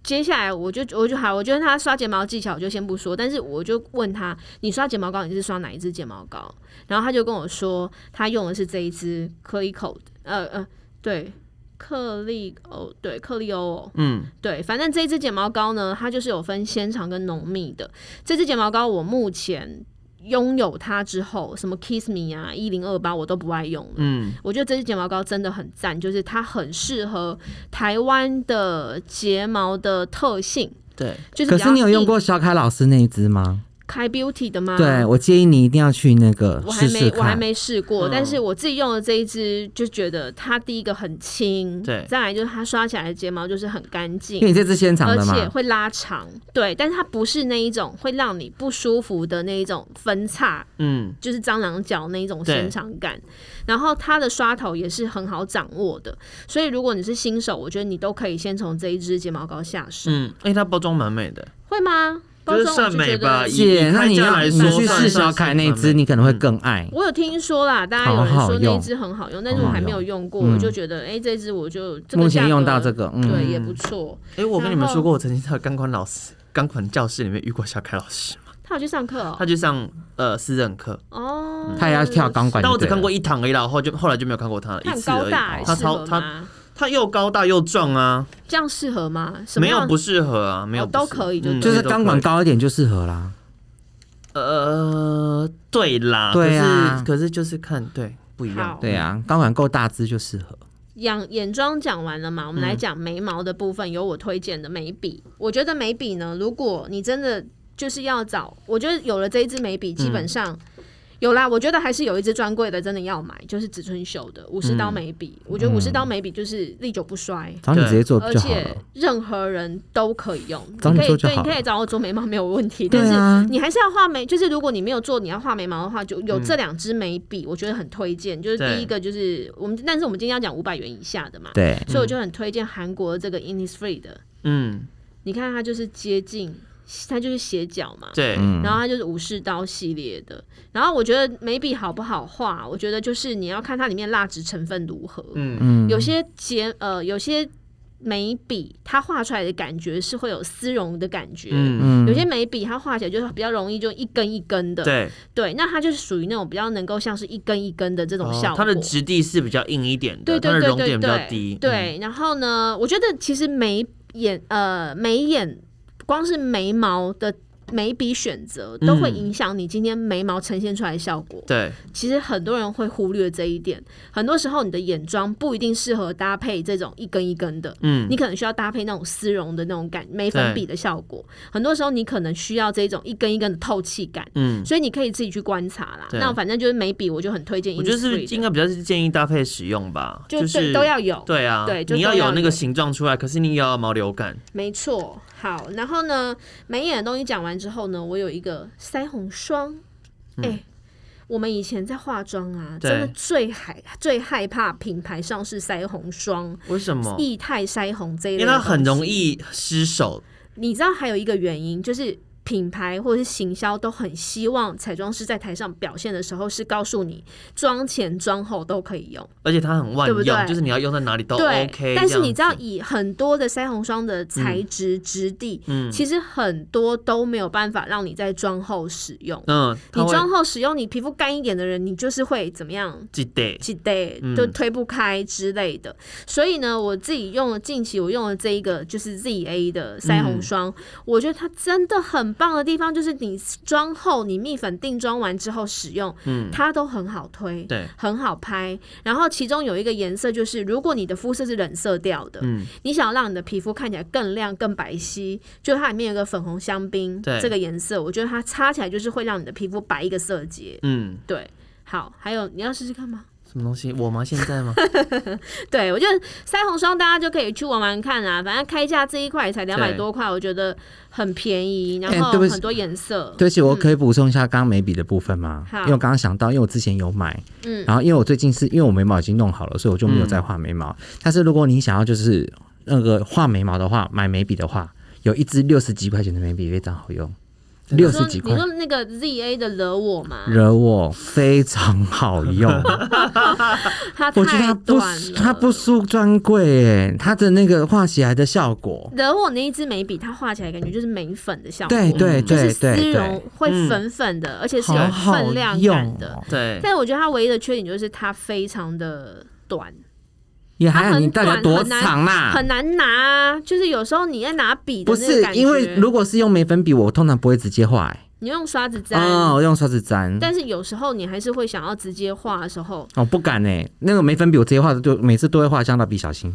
Speaker 3: 接下来我就我就好，我觉得她刷睫毛技巧我就先不说，但是我就问她，你刷睫毛膏你是刷哪一支睫毛膏？然后她就跟我说，她用的是这一支克利口，呃呃，对，克利欧，对，克利欧哦，
Speaker 2: 嗯，
Speaker 3: 对，反正这支睫毛膏呢，它就是有分纤长跟浓密的。这支睫毛膏我目前拥有它之后，什么 Kiss Me 啊、一零二八我都不爱用了。
Speaker 2: 嗯，
Speaker 3: 我觉得这支睫毛膏真的很赞，就是它很适合台湾的睫毛的特性，
Speaker 2: 对，
Speaker 3: 就是
Speaker 4: 可
Speaker 3: 比较
Speaker 4: 是你有用
Speaker 3: 硬
Speaker 4: 过小凯老师那一支吗？
Speaker 3: 开 Beauty 的吗？
Speaker 4: 对，。我建议你一定要去那个
Speaker 3: 啊我还
Speaker 4: 试
Speaker 3: 没
Speaker 4: 试
Speaker 3: 我还
Speaker 4: 看。
Speaker 3: 没试过，
Speaker 2: 嗯
Speaker 3: 但是我自己用的这一支就觉得它第一个很轻，
Speaker 2: 对
Speaker 3: 再来就是它刷起来的睫毛就是很干净
Speaker 4: 因，为你这支现场
Speaker 3: 而
Speaker 4: 的嘛，
Speaker 3: 且会拉长，对，但是它不是那一种会让你不舒服的那一种分叉，
Speaker 2: 嗯，
Speaker 3: 就是蟑螂脚那一种
Speaker 2: 对
Speaker 3: 伸长感。然后它的刷头也是很好掌握的，所以如果你是新手，我觉得你都可以先从这一支睫毛膏下手，
Speaker 2: 嗯，哎，它包装蛮美的，
Speaker 3: 会吗？包
Speaker 2: 就是
Speaker 3: 装
Speaker 2: 善
Speaker 3: 我就觉
Speaker 2: 美吧
Speaker 3: 得
Speaker 2: 以
Speaker 4: 姐，那你
Speaker 2: 以开价
Speaker 4: 要
Speaker 2: 来
Speaker 4: 你
Speaker 2: 说
Speaker 4: 去
Speaker 3: 算
Speaker 4: 试
Speaker 3: 是
Speaker 4: 小凯那一
Speaker 2: 算是嗯
Speaker 4: 支，你可能会更爱。
Speaker 3: 我有听说啦，大家有人
Speaker 4: 好好
Speaker 3: 说那一
Speaker 4: 用
Speaker 3: 支很好用，但是我还没有用过，
Speaker 4: 好好用
Speaker 3: 我就觉得哎、这支我就、这个、
Speaker 4: 目前用到这。个，
Speaker 3: 对，
Speaker 4: 嗯，
Speaker 3: 也不错。
Speaker 2: 哎，我跟你们
Speaker 3: 然后
Speaker 2: 说过，我曾经在钢管老师钢管教室里面遇过小凯老师，
Speaker 3: 他有去上课
Speaker 2: 他
Speaker 3: 哦，
Speaker 2: 去上呃私人课，
Speaker 3: 哦，
Speaker 4: 他也要跳钢啊管就对了，
Speaker 2: 但我只看过一堂而已啦，然后就后来就没有看过他了
Speaker 3: 他
Speaker 2: 一
Speaker 3: 很
Speaker 2: 次
Speaker 3: 高
Speaker 2: 而已
Speaker 3: 大、欸，。
Speaker 2: 他
Speaker 3: 适
Speaker 2: 超
Speaker 3: 合
Speaker 2: 他
Speaker 3: 吗？
Speaker 2: 他又高大又壮啊，
Speaker 3: 这样适合吗？什么
Speaker 2: 没有
Speaker 3: 样
Speaker 2: 不适合啊，没有
Speaker 3: 哦
Speaker 2: 不
Speaker 3: 都
Speaker 2: 适
Speaker 3: 可以
Speaker 2: 嗯
Speaker 3: 就对
Speaker 4: 就是
Speaker 2: 都
Speaker 4: 钢管
Speaker 2: 可以
Speaker 4: 高一点就适合啦。
Speaker 2: 呃，对啦，
Speaker 4: 对啊
Speaker 2: 可是可是就是看对不一样
Speaker 3: 好，
Speaker 4: 对啊，钢管够大只就适合。
Speaker 3: 养眼妆讲完了嘛，我们来讲眉毛的部分，有我推荐的眉笔。我觉得眉笔呢，如果你真的就是要找，我觉得有了这一支眉笔，基本上、有啦。我觉得还是有一支专柜的，真的要买，就是植村秀的五十刀眉笔。我觉得五十刀眉笔就是历久不衰。
Speaker 4: 找你直接做
Speaker 3: 而
Speaker 4: 就好
Speaker 3: 且
Speaker 4: 了。
Speaker 3: 任何人都可以用，
Speaker 4: 找你
Speaker 3: 可以
Speaker 4: 做就
Speaker 3: 对，你
Speaker 4: 好
Speaker 3: 可以
Speaker 4: 了
Speaker 3: 找我做眉毛没有问题，
Speaker 4: 对
Speaker 3: 但
Speaker 4: 啊
Speaker 3: 是你还是要画眉，就是如果你没有做，你要画眉毛的话，就有这
Speaker 4: 嗯
Speaker 3: 两支眉笔，我觉得很推荐。就是
Speaker 2: 对
Speaker 3: 第一个就是我们，但是我们今天要讲五百元以下的嘛，
Speaker 4: 对，
Speaker 3: 所以我就很推荐韩国这个 Innisfree 的，
Speaker 2: 嗯，
Speaker 3: 你看它就是接近，它就是斜角嘛，
Speaker 2: 对，
Speaker 4: 嗯
Speaker 3: 然后它就是武士刀系列的。然后我觉得眉笔好不好画，我觉得就是你要看它里面蜡质成分如何。
Speaker 2: 嗯，
Speaker 4: 嗯，
Speaker 3: 有些结呃，有些眉笔它画出来的感觉是会有丝绒的感觉。
Speaker 2: 嗯，
Speaker 4: 嗯
Speaker 3: 有些眉笔它画起来就是比较容易，就一根一根的。
Speaker 2: 对，
Speaker 3: 对那它就是属于那种比较能够像是一根一根的这种
Speaker 2: 哦
Speaker 3: 效果。
Speaker 2: 它的质地是比较硬一点的，
Speaker 3: 对对
Speaker 2: 它的
Speaker 3: 对
Speaker 2: 熔
Speaker 3: 对
Speaker 2: 点比较
Speaker 3: 对
Speaker 2: 低，嗯，
Speaker 3: 对，然后呢，我觉得其实眉眼呃眉眼，光是眉毛的眉笔选择都会
Speaker 2: 嗯
Speaker 3: 影响你今天眉毛呈现出来的效果。
Speaker 2: 对，
Speaker 3: 其实很多人会忽略这一点，很多时候你的眼妆不一定适合搭配这种一根一根的。
Speaker 2: 嗯
Speaker 3: 你，可能需要搭配那种丝绒的那种感眉粉笔的效果，很多时候你可能需要这种一根一根的透气感，
Speaker 2: 嗯，
Speaker 3: 所以你可以自己去观察啦。
Speaker 2: 对
Speaker 3: 那反正就是眉笔，我就很推荐 Innisfree 的。
Speaker 2: 我觉得是不是应该比较是建议搭配使用吧，
Speaker 3: 就对
Speaker 2: 是
Speaker 3: 都要有，
Speaker 2: 对啊，
Speaker 3: 对就
Speaker 2: 你要
Speaker 3: 都要
Speaker 2: 有那个
Speaker 3: 有
Speaker 2: 形状出来，可是你也要有毛流感，
Speaker 3: 没错，好，然后呢，眉眼的东西讲完之后呢，我有一个腮红霜，哎、我们以前在化妆啊，
Speaker 2: 嗯对
Speaker 3: 真的最害最害怕品牌上市腮红霜、
Speaker 2: 为什么？
Speaker 3: 液态腮红这一类，
Speaker 2: 哦因为它很容。易失手，
Speaker 3: 你知道还有一个原因就是。品牌或者是行销都很希望彩妆师在台上表现的时候是告诉你妆前妆后都可以用，
Speaker 2: 而且它很万
Speaker 3: 对不
Speaker 2: 用，
Speaker 3: 对
Speaker 2: 就是你要用在哪里都
Speaker 3: 对
Speaker 2: 哦 OK。
Speaker 3: 但是你知道，，以很多的腮红霜的材质、质地，
Speaker 2: 嗯
Speaker 3: 其实很多都没有办法让你在妆后使用。
Speaker 2: 嗯，它
Speaker 3: 你
Speaker 2: 会
Speaker 3: 妆后使用，你皮肤干一点的人，你就是会怎么样？
Speaker 2: 记得，
Speaker 3: 几 day
Speaker 2: 嗯
Speaker 3: 就推不开之类的，所以呢，我自己用了近期我用了这一个就是 ZA 的腮红霜，
Speaker 2: 嗯
Speaker 3: 我觉得它真的很棒的地方就是你妆后你蜜粉定妆完之后使用，
Speaker 2: 嗯，
Speaker 3: 它都很好推，
Speaker 2: 对，
Speaker 3: 很好拍。然后其中有一个颜色就是，如果你的肤色是冷色调的，
Speaker 2: 嗯，
Speaker 3: 你想要让你的皮肤看起来更亮、更白皙，就它里面有个粉红香槟
Speaker 2: 对
Speaker 3: 这个颜色，我觉得它擦起来就是会让你的皮肤白一个色阶。
Speaker 2: 嗯，
Speaker 3: 对，好，还有你要试试看吗？
Speaker 2: 什么东西？我吗？现在 吗？
Speaker 3: 对，我觉得腮红霜大家就可以去玩玩看啦，反正开价这一块也才两百
Speaker 2: 对
Speaker 3: 多块，我觉得很便宜，然
Speaker 4: 哎
Speaker 3: 后
Speaker 4: 对不起
Speaker 3: 很多颜色。
Speaker 4: 对不起，我可以补充一下刚刚眉笔的部分吗？
Speaker 3: 嗯好
Speaker 4: 因为我刚刚想到，因为我之前有买，
Speaker 3: 嗯
Speaker 4: 然后因为我最近是因为我眉毛已经弄好了，所以我就没有
Speaker 2: 嗯
Speaker 4: 再画眉毛。但是如果你想要就是那个画眉毛的话，买眉笔的话，有一支六十几块钱的眉笔非常好用，六
Speaker 3: 你
Speaker 4: 十
Speaker 3: 说
Speaker 4: 几
Speaker 3: 你
Speaker 4: 块
Speaker 3: 说那个 ZA 的惹我嘛，
Speaker 4: 惹我非常 好用，
Speaker 3: 它
Speaker 4: 我觉得
Speaker 3: 太
Speaker 4: 它不
Speaker 3: 短了，
Speaker 4: 它不输专柜诶，它的那个画起来的效果，
Speaker 3: 惹我那一支眉笔，它画起来感觉就是眉粉的效果，嗯
Speaker 4: 对对
Speaker 3: 就是
Speaker 4: 对
Speaker 3: 丝绒
Speaker 4: 对对，嗯
Speaker 3: 会粉粉的，而且是有
Speaker 4: 好好
Speaker 3: 分量
Speaker 4: 用
Speaker 3: 感的。
Speaker 4: 哦，
Speaker 2: 对，
Speaker 3: 但我觉得它唯一的缺点就是它非常的短，
Speaker 4: 也还
Speaker 3: 它
Speaker 4: 好，
Speaker 3: 很
Speaker 4: 你到底有
Speaker 3: 短
Speaker 4: 多
Speaker 3: 很难
Speaker 4: 长啦？
Speaker 3: 很难拿啊。就是有时候你在拿笔的
Speaker 4: 不
Speaker 3: 那个
Speaker 4: 是
Speaker 3: 感觉，
Speaker 4: 因为如果是用眉粉笔，我通常不会直接画、欸，
Speaker 3: 你用刷子沾，
Speaker 4: 哦，我用刷子
Speaker 2: 嗯
Speaker 4: 粘。
Speaker 3: 但是有时候你还是会想要直接画的时候，
Speaker 4: 哦，不敢哎、那个眉粉笔我直接画的，就每次都会画像蜡笔小新，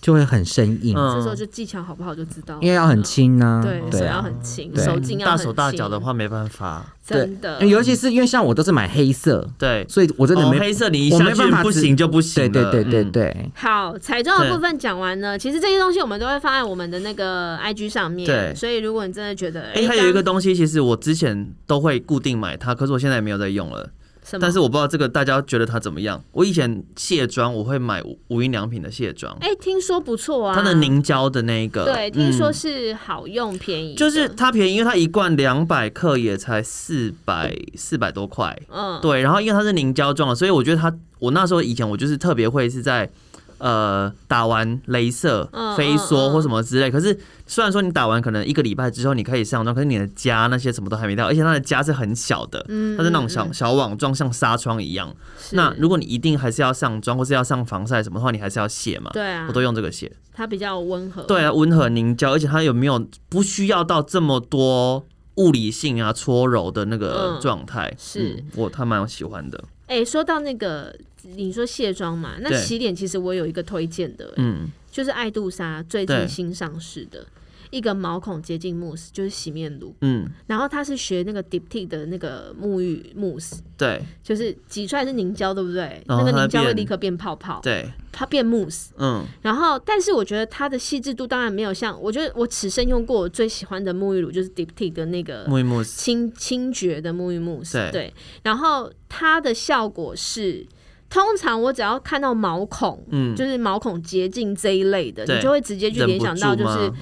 Speaker 4: 就会很生硬，
Speaker 2: 嗯
Speaker 3: 这时候就技巧好不好就知道了，
Speaker 4: 因为要很轻呢、
Speaker 3: 对，手要
Speaker 4: 啊，
Speaker 3: 很轻，
Speaker 4: 对
Speaker 3: 手劲要
Speaker 2: 大
Speaker 3: 很
Speaker 2: 手大脚的
Speaker 3: 轻，
Speaker 2: 话没办法，
Speaker 3: 真的
Speaker 4: 对，。尤其是因为像我都是买黑色，
Speaker 2: 对，
Speaker 4: 所以我真的
Speaker 2: 哦
Speaker 4: 没、
Speaker 2: 黑色你一
Speaker 4: 我
Speaker 2: 下
Speaker 4: 没
Speaker 2: 去
Speaker 4: 办法
Speaker 2: 不
Speaker 4: 直
Speaker 2: 行就不行
Speaker 4: 对
Speaker 2: 了，
Speaker 4: 对对对
Speaker 2: 嗯，
Speaker 4: 对，
Speaker 3: 好，彩妆的
Speaker 2: 对
Speaker 3: 部分讲完了，其实这些东西我们都会放在我们的那个 IG 上面。
Speaker 2: 对
Speaker 3: 所以如果你真的觉得，哎、
Speaker 2: 哎，还有一个
Speaker 3: 刚
Speaker 2: 东西，其实我之前都会固定买它，可是我现在也没有在用了。
Speaker 3: 什么，
Speaker 2: 但是我不知道这个大家觉得它怎么样。我以前卸妆我会买无无印良品的卸妆，
Speaker 3: 哎、听说不错啊，
Speaker 2: 它的凝胶的那一个，
Speaker 3: 对，听说
Speaker 2: 嗯
Speaker 3: 是好用便宜的，
Speaker 2: 就是它便宜，因为它一罐两百克也才四百四百多块。
Speaker 3: 嗯，
Speaker 2: 对，然后因为它是凝胶状的，所以我觉得它，我那时候以前我就是特别会是在。呃，打完镭射
Speaker 3: 嗯、
Speaker 2: 飞
Speaker 3: 嗯嗯
Speaker 2: 梭或什么之类，可是虽然说你打完可能一个礼拜之后你可以上妆，可是你的痂那些什么都还没到，而且它的痂是很小的，
Speaker 3: 嗯
Speaker 2: 它是那种
Speaker 3: 嗯
Speaker 2: 小小网状，像纱窗一样。
Speaker 3: 是
Speaker 2: 那如果你一定还是要上妆或是要上防晒什么的话，你还是要卸嘛。
Speaker 3: 对啊
Speaker 2: 我，都用这个卸。
Speaker 3: 它比较温和，
Speaker 2: 啊对啊，温和凝胶，而且它有没有不需要到这么多物理性啊搓揉的那个
Speaker 3: 嗯
Speaker 2: 状态、
Speaker 3: 是
Speaker 2: 嗯我他蛮喜欢的，
Speaker 3: 哎、说到那个你说卸妆嘛，那
Speaker 2: 对
Speaker 3: 洗脸其实我有一个推荐的、哎
Speaker 2: 嗯，
Speaker 3: 就是爱杜莎最
Speaker 2: 对
Speaker 3: 近新上市的一个毛孔洁净慕斯，就是洗面乳，
Speaker 2: 嗯，
Speaker 3: 然后它是学那个 Diptyque 的那个沐浴慕斯，
Speaker 2: 对
Speaker 3: 就是挤出来是凝胶，对不对？
Speaker 2: 然后
Speaker 3: 那个
Speaker 2: 它
Speaker 3: 凝胶会
Speaker 2: 变
Speaker 3: 立刻变泡泡，
Speaker 2: 对，
Speaker 3: 它变慕斯。
Speaker 2: 嗯
Speaker 3: 然后，但是我觉得它的细致度当然没有像，我觉得我此生用过我最喜欢的沐浴乳就是 Diptyque 的那个
Speaker 2: 木易木斯，
Speaker 3: 清清绝的沐浴慕斯，
Speaker 2: 对
Speaker 3: 对，然后它的效果是，通常我只要看到毛孔，
Speaker 2: 嗯，
Speaker 3: 就是毛孔洁净这一类的，
Speaker 2: 对
Speaker 3: 你就会直接去
Speaker 2: 忍
Speaker 3: 联
Speaker 2: 不
Speaker 3: 想到，
Speaker 2: 住
Speaker 3: 就
Speaker 2: 吗
Speaker 3: 是？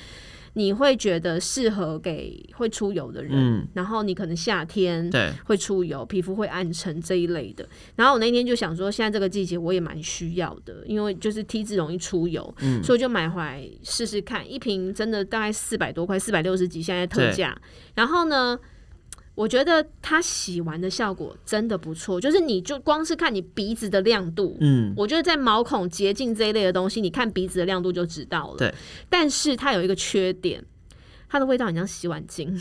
Speaker 3: 你会觉得适合给会出油的人，
Speaker 2: 嗯
Speaker 3: 然后你可能夏天
Speaker 2: 对，
Speaker 3: 会出油，皮肤会暗沉这一类的。然后我那天就想说，现在这个季节我也蛮需要的，因为就是 T 字容易出油，
Speaker 2: 嗯
Speaker 3: 所以我就买回来试试看。一瓶真的大概四百多块，四百六十几，现在特价。然后呢？我觉得它洗完的效果真的不错，就是你就光是看你鼻子的亮度，
Speaker 2: 嗯，
Speaker 3: 我觉得在毛孔洁净这一类的东西，你看鼻子的亮度就知道了。
Speaker 2: 对，
Speaker 3: 但是它有一个缺点，它的味道很像洗碗精。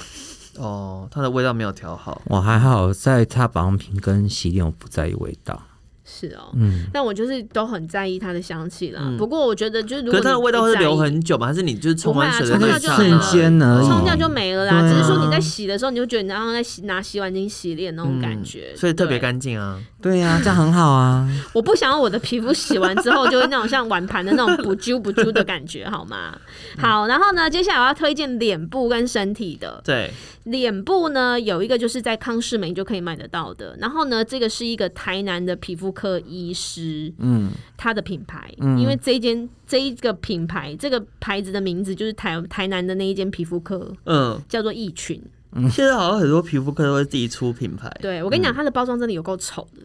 Speaker 2: 哦，它的味道没有调好，
Speaker 4: 我还好，在它保养品跟洗脸我不在意味道。
Speaker 3: 是哦，
Speaker 4: 嗯，
Speaker 3: 但我就是都很在意它的香气啦。不过我觉得，就是如
Speaker 2: 嗯可
Speaker 3: 果
Speaker 2: 是它的
Speaker 3: 你
Speaker 2: 味道
Speaker 3: 不
Speaker 2: 会
Speaker 3: 在
Speaker 2: 留
Speaker 3: 意，
Speaker 2: 很嗯久吗？还是你就是冲完水的
Speaker 3: 不会
Speaker 2: 那
Speaker 3: 啊
Speaker 2: 一
Speaker 3: 冲掉
Speaker 2: 刹
Speaker 3: 就
Speaker 2: 那
Speaker 3: 瞬间
Speaker 4: 而已
Speaker 3: 冲掉就没了啦。
Speaker 4: 对啊
Speaker 3: 只是说你在洗的时候，你就觉得你好像在洗拿洗碗巾洗脸那种感觉，
Speaker 2: 嗯所以特别
Speaker 3: 对。
Speaker 2: 干净啊。
Speaker 4: 对呀、这样很好啊。
Speaker 3: 我不想要我的皮肤洗完之后就会那种 像碗盘的那种不揪不揪的感觉，好吗？
Speaker 2: 嗯
Speaker 3: 好，然后呢，接下来我要推荐脸部跟身体的。
Speaker 2: 对，
Speaker 3: 脸部呢有一个就是在康士美就可以买得到的，然后呢，这个是一个台南的皮肤科医师，
Speaker 4: 嗯，
Speaker 3: 他的品牌，
Speaker 4: 嗯
Speaker 3: 因为这一间这一个品牌这个牌子的名字就是台台南的那一间皮肤科
Speaker 2: 嗯，
Speaker 3: 叫做益群，
Speaker 2: 现在好像很多皮肤科都会自己出品牌，
Speaker 3: 对我跟你讲，它的包装真的有够丑的，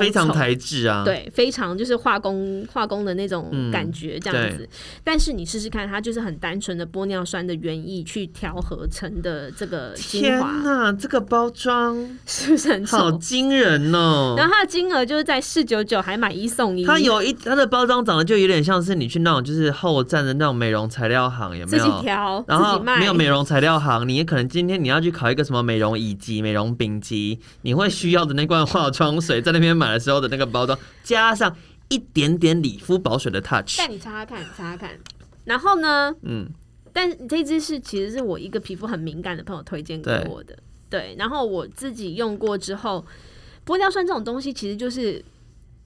Speaker 2: 嗯非常
Speaker 3: 丑
Speaker 2: 台制啊。，
Speaker 3: 对，非常就是化工化工的那种感觉这
Speaker 2: 嗯
Speaker 3: 样子。但是你试试看，它就是很单纯的玻尿酸的原液去调合成的这个精
Speaker 2: 天
Speaker 3: 华，
Speaker 2: 哪，这个包装
Speaker 3: 是不是很
Speaker 2: 好
Speaker 3: 丑？
Speaker 2: 惊人哦！
Speaker 3: 然后它的金额就是在四九九，还买一送一。
Speaker 2: 它有一它的包装长得就有点像是你去那种就是后站的那种美容材料行，有没
Speaker 3: 自己
Speaker 2: 有？
Speaker 3: 调，
Speaker 2: 然
Speaker 3: 自
Speaker 2: 后
Speaker 3: 己卖，
Speaker 2: 没有美容材料行，你也可能今天你要去考一个什么美容乙级、美容丙级，你会需要的那罐化妆水，在那边买的时候的那个包装，加上一点点理肤保水的 touch，
Speaker 3: 带你擦擦看，擦擦看。然后呢，
Speaker 2: 嗯，
Speaker 3: 但这支是其实是我一个皮肤很敏感的朋友推荐给
Speaker 2: 对
Speaker 3: 我的，对。然后我自己用过之后，玻尿酸这种东西其实就是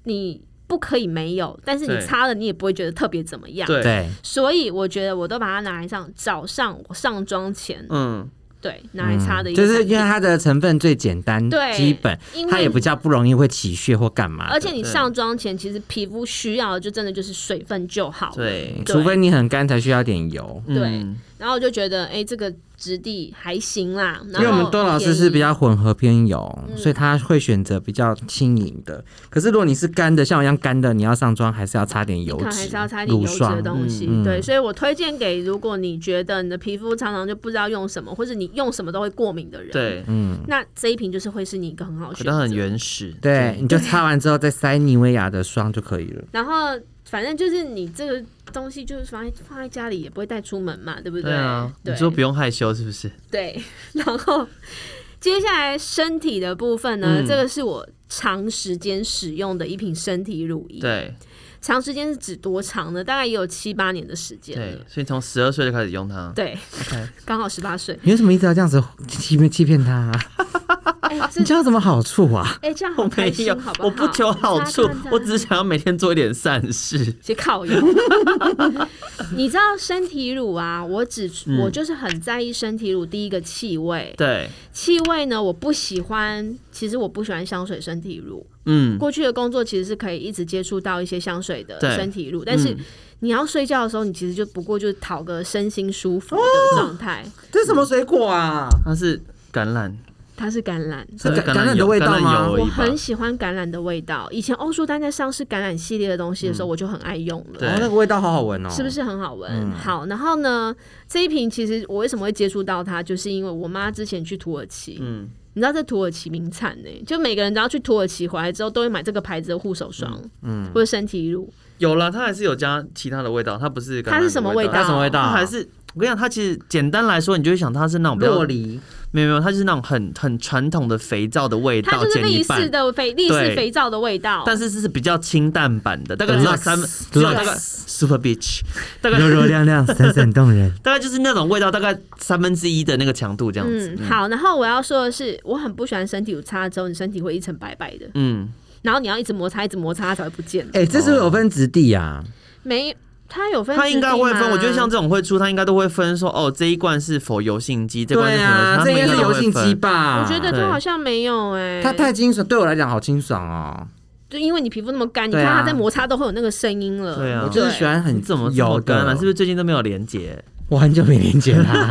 Speaker 3: 你不可以没有，但是你
Speaker 2: 对
Speaker 3: 擦了你也不会觉得特别怎么 样。
Speaker 2: 对，
Speaker 4: 对，
Speaker 3: 所以我觉得我都把它拿来上早上我上妆前，
Speaker 2: 嗯，
Speaker 3: 对，拿来擦的一个
Speaker 4: 就
Speaker 3: 产
Speaker 4: 是
Speaker 3: 品、
Speaker 4: 因为它的成分最简单、
Speaker 3: 对
Speaker 4: 基本
Speaker 3: 因，为
Speaker 4: 它也不叫不容易会起屑或干嘛的。
Speaker 3: 而且你
Speaker 2: 对
Speaker 3: 上妆前其实皮肤需要的就真的就是水分就好了。
Speaker 2: 对，
Speaker 4: 除非你很干才需要点油。
Speaker 3: 对
Speaker 2: 嗯
Speaker 3: 然后我就觉得，哎、这个质地还行啦。
Speaker 4: 因为我们
Speaker 3: 多
Speaker 4: 多老师是比较混合偏油，
Speaker 3: 嗯
Speaker 4: 所以他会选择比较轻盈的。可是如果你是干的，像我一样干的，你要上妆还是要擦点油
Speaker 3: 可能还
Speaker 4: 脂
Speaker 3: 是要擦、点
Speaker 4: 乳
Speaker 3: 油脂的
Speaker 4: 霜。
Speaker 3: 东西，对，所以我推荐给如果你觉得你的皮肤常常就不知道用什么，或者你用什么都会过敏的人，，
Speaker 2: 对，
Speaker 3: 那这一瓶就是会是你一个很好的
Speaker 2: 可
Speaker 3: 选
Speaker 2: 能
Speaker 3: 择
Speaker 2: 很。原始，
Speaker 4: 对，你就擦完之后再塞妮维雅的霜就可以了。
Speaker 3: 然后反正就是你这个东西就是放在放在家里也不会带出门嘛，对不
Speaker 2: 对
Speaker 3: 对？
Speaker 2: 啊，你
Speaker 3: 对
Speaker 2: 说不用害羞是不是？
Speaker 3: 对， 然后接下来身体的部分呢，
Speaker 2: 嗯
Speaker 3: 这个是我长时间使用的一瓶身体乳液，
Speaker 2: 对
Speaker 3: 长时间是指多长呢？大概也有七八年的时间
Speaker 2: 对
Speaker 3: 了，。
Speaker 2: 所以从十二岁就开始用它。
Speaker 3: 对
Speaker 2: OK，
Speaker 3: 刚好十八 岁。
Speaker 4: 你为什么一直要这样子欺骗欺骗他、啊？
Speaker 3: 哎、这
Speaker 4: 你这样有什么好处啊？
Speaker 3: 哎、这样
Speaker 2: 我
Speaker 3: 好
Speaker 2: 没
Speaker 3: 开心，
Speaker 2: 有
Speaker 3: 好，不好？
Speaker 2: 我不求好处
Speaker 3: 大家看看，
Speaker 2: 我只是想要每天做一点善事。
Speaker 3: 写 烤油。你知道身体乳啊？我只、我就是很在意身体乳第一个气味，
Speaker 2: 嗯对，
Speaker 3: 气味呢我不喜欢，其实我不喜欢香水身体乳。
Speaker 2: 嗯，
Speaker 3: 过去的工作其实是可以一直接触到一些香水的
Speaker 2: 对
Speaker 3: 身体乳，但是
Speaker 2: 嗯
Speaker 3: 你要睡觉的时候，你其实就不过就是讨个身心舒服的状态。
Speaker 4: 这是什么水果啊？
Speaker 2: 它是橄榄，
Speaker 3: 它是橄榄，
Speaker 4: 是
Speaker 2: 对
Speaker 4: 橄榄的味道吗
Speaker 2: 橄榄油而
Speaker 3: 我
Speaker 2: 已吧
Speaker 3: 很喜欢橄榄的味道。以前欧舒丹在上市橄榄系列的东西的时候，我就很爱用了。
Speaker 2: 对
Speaker 4: 哦，那个味道好好闻哦，
Speaker 3: 是不？是很好闻？好，然后呢，这一瓶其实我为什么会接触到它，就是因为我妈之前去土耳其，
Speaker 2: 嗯
Speaker 3: 你知道这土耳其名产呢、就每个人只要去土耳其回来之后，都会买这个牌子的护手霜，嗯，或者身体乳，
Speaker 2: 有了，它还是有加其他的味道，它不是橄榄的
Speaker 3: 啊它是什么味
Speaker 2: 道？
Speaker 3: 道
Speaker 4: 它什么味道？
Speaker 2: 它还是我跟你讲，它其实简单来说，你就会想它是那种比较
Speaker 4: 洛梨，
Speaker 2: 没有没有，它就是那种很很传统的肥皂的味
Speaker 3: 它
Speaker 2: 道，
Speaker 3: 就是
Speaker 2: 减
Speaker 3: 类
Speaker 2: 一
Speaker 3: 似
Speaker 2: 半。
Speaker 3: 的肥类似
Speaker 2: 对
Speaker 3: 肥皂的味道，
Speaker 2: 但是这是比较清淡版的，大概只有
Speaker 4: Lux，
Speaker 2: 三，只有大概
Speaker 4: Lux
Speaker 2: Super Beach，大概
Speaker 4: 柔柔亮亮，闪闪动人。
Speaker 2: 大概就是那种味道，大概三分之一的那个强度这样子
Speaker 3: 嗯。好。然后我要说的是，我很不喜欢身体乳擦了之后，你身体会一层白白的，
Speaker 2: 嗯，
Speaker 3: 然后你要一直摩擦，一直摩擦它才会不见。
Speaker 4: 哎、这是不是有分质地啊？
Speaker 3: 没，它有分，
Speaker 2: 它应该会分，我觉得像。这种会出，它应该都会分说，哦，这一罐是否油性肌，这罐是
Speaker 4: 对
Speaker 2: 否油性
Speaker 4: 啊，
Speaker 2: 它
Speaker 4: 这
Speaker 2: 们
Speaker 4: 应
Speaker 2: 应
Speaker 4: 该
Speaker 2: 该
Speaker 4: 是
Speaker 2: 都
Speaker 4: 油
Speaker 2: 会
Speaker 4: 性肌
Speaker 2: 分。
Speaker 4: 吧？
Speaker 3: 我觉得
Speaker 2: 啊对
Speaker 3: 它好像没有哎、
Speaker 4: 它太清爽，对我来讲好清爽哦。
Speaker 3: 就因为你皮肤那么干，你
Speaker 4: 对
Speaker 3: 看
Speaker 4: 啊
Speaker 3: 它在摩擦都会有那个声音了。
Speaker 2: 对啊
Speaker 4: 我就是喜欢很
Speaker 2: 你怎么这么
Speaker 4: 油的
Speaker 2: 干啊了？是不是最近都没有连接？
Speaker 4: 我很久没连接它，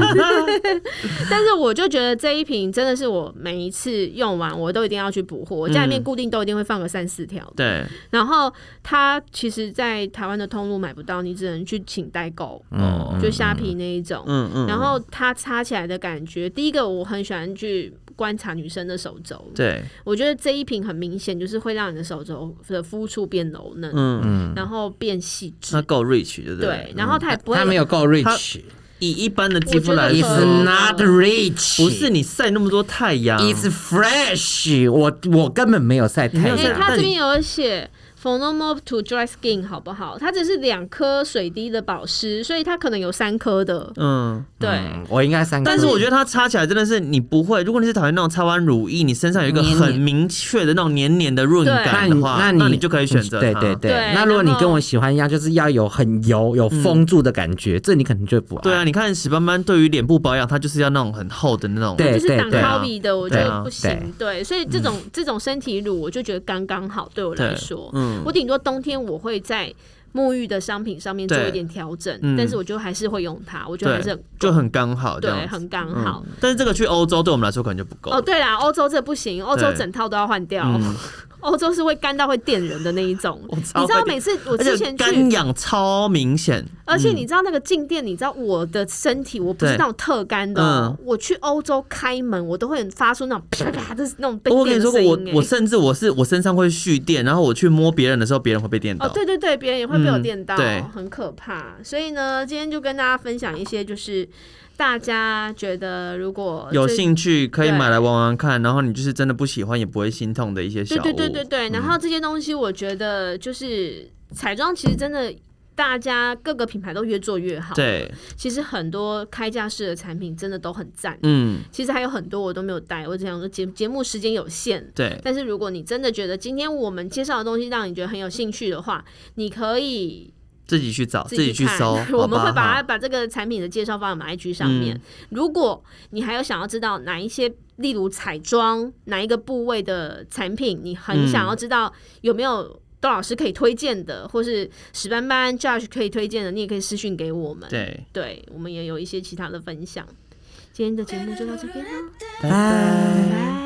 Speaker 3: 但是我就觉得这一瓶真的是我每一次用完，我都一定要去补货。我家里面
Speaker 2: 嗯
Speaker 3: 固定都一定会放个三四条的。
Speaker 2: 对，
Speaker 3: 然后它其实，在台湾的通路买不到，你只能去请代购，
Speaker 4: 嗯，
Speaker 3: 就虾皮那一种。
Speaker 2: 嗯嗯。
Speaker 3: 然后它擦起来的感觉，第一个我很喜欢去观察女生的手肘，
Speaker 2: 对，
Speaker 3: 我觉得这一瓶很明显就是会让你的手肘的肤触变柔嫩，
Speaker 2: 嗯，
Speaker 4: 嗯，
Speaker 3: 然后变细致
Speaker 2: 那。够 rich 对不
Speaker 3: 对
Speaker 2: 对，？嗯
Speaker 3: 然后它也不会哎
Speaker 4: 它没有够 rich，
Speaker 2: 以一般的肌肤来
Speaker 3: 我觉得
Speaker 2: 说
Speaker 3: 可，
Speaker 4: is not rich，
Speaker 2: 不是你啊晒那么多太阳，
Speaker 4: is fresh，我我根本没有晒太
Speaker 2: 你没有
Speaker 3: 哎、
Speaker 2: 晒
Speaker 4: 阳
Speaker 2: 太，
Speaker 3: 它
Speaker 2: 但
Speaker 3: 这
Speaker 2: 你
Speaker 3: 边有写 f o n o m o to dry skin 好不好？它只是两颗水滴的保湿，所以它可能有三颗的。
Speaker 2: 嗯。
Speaker 3: 对，
Speaker 4: 嗯我应该三个，
Speaker 2: 但是我觉得它擦起来真的是你不会，如果你是讨厌那种擦完乳液，你身上有一个
Speaker 4: 黏黏
Speaker 2: 很明确的那种黏黏的润感的话，
Speaker 4: 那你嗯
Speaker 2: 那就可以选择
Speaker 4: 对
Speaker 2: 它
Speaker 4: 对对
Speaker 3: 对。
Speaker 4: 那如果你
Speaker 3: 然后
Speaker 4: 跟我喜欢一样，就是要有很油、有封住的感觉，这你可能就不爱。
Speaker 2: 嗯对啊，，你看史斑斑对于脸部保养，它就是要那种很厚的那种。
Speaker 4: 对
Speaker 3: 就是挡
Speaker 4: 对
Speaker 2: 啊
Speaker 3: Kobe 的，我觉
Speaker 2: 对
Speaker 3: 得
Speaker 2: 啊
Speaker 3: 不行。对，所以这种这种身体乳，我就觉得刚刚好，对我来
Speaker 2: 对
Speaker 3: 说，
Speaker 2: 嗯
Speaker 3: 我顶多冬天我会在沐浴的商品上面做
Speaker 2: 对
Speaker 3: 一点调整
Speaker 2: 嗯，
Speaker 3: 但是我就还是会用它，我觉得还
Speaker 2: 对
Speaker 3: 是很，
Speaker 2: 就很刚好这
Speaker 3: 对，
Speaker 2: 样子。
Speaker 3: 很刚
Speaker 2: 嗯
Speaker 3: 好。
Speaker 2: 但是这个去欧洲对我们来说可能就不够。
Speaker 3: 哦，对啦，欧洲这不行，欧洲
Speaker 2: 对
Speaker 3: 整套都要换掉
Speaker 2: 嗯，
Speaker 3: 欧洲是会干到会电人的那一种。
Speaker 2: 我
Speaker 3: 你
Speaker 2: 超
Speaker 3: 知道
Speaker 2: 会
Speaker 3: 每次我
Speaker 2: 而
Speaker 3: 之
Speaker 2: 且
Speaker 3: 前
Speaker 2: 干
Speaker 3: 去，
Speaker 2: 痒超明显。
Speaker 3: 而且你知道那个静电，你知道我的身体我不是
Speaker 2: 对
Speaker 3: 那种特干的哦，
Speaker 2: 嗯
Speaker 3: 我去欧洲开门我都会很发出那种啪啪的那种被
Speaker 2: 我跟
Speaker 3: 电
Speaker 2: 你
Speaker 3: 的
Speaker 2: 说过，
Speaker 3: 声
Speaker 2: 我
Speaker 3: 音
Speaker 2: 我
Speaker 3: 欸。
Speaker 2: 甚至我是我身上会蓄电，然后我去摸别人的时候，别人会被电到。
Speaker 3: 哦，对对对，别人也会被我电到，
Speaker 2: 嗯对
Speaker 3: 很可怕。所以呢，今天就跟大家分享一些，就是大家觉得如果
Speaker 2: 有
Speaker 3: 最
Speaker 2: 兴趣可以
Speaker 3: 哦对
Speaker 2: 买来玩玩看，然后你就是真的不喜欢也不会心痛的一些小
Speaker 3: 对
Speaker 2: 物。嗯
Speaker 3: 对对对对，然后这些东西我觉得就是彩妆，其实真的大家各个品牌都越做越好。，
Speaker 2: 对，
Speaker 3: 其实很多开架式的产品真的都很赞。
Speaker 2: 嗯，
Speaker 3: 其实还有很多我都没有带，我只想说节节目时间有限。
Speaker 2: 对，
Speaker 3: 但是如果你真的觉得今天我们介绍的东西让你觉得很有兴趣的话，你可以
Speaker 2: 自己去找，自己去
Speaker 3: 看 ，
Speaker 2: 搜
Speaker 3: 我们会把它
Speaker 2: 它
Speaker 3: 把这个产品的介绍放在我们 IG 上
Speaker 2: 嗯
Speaker 3: 面。如果你还有想要知道哪一些，例如彩妆哪一个部位的产品，你很
Speaker 2: 嗯
Speaker 3: 想要知道有没有窦老师可以推荐的，或是史斑斑 Josh 可以推荐的，你也可以私讯给我们。，
Speaker 2: 对。
Speaker 3: 对我们也有一些其他的分享。今天的节目就到这边了，
Speaker 4: 拜。
Speaker 3: 拜。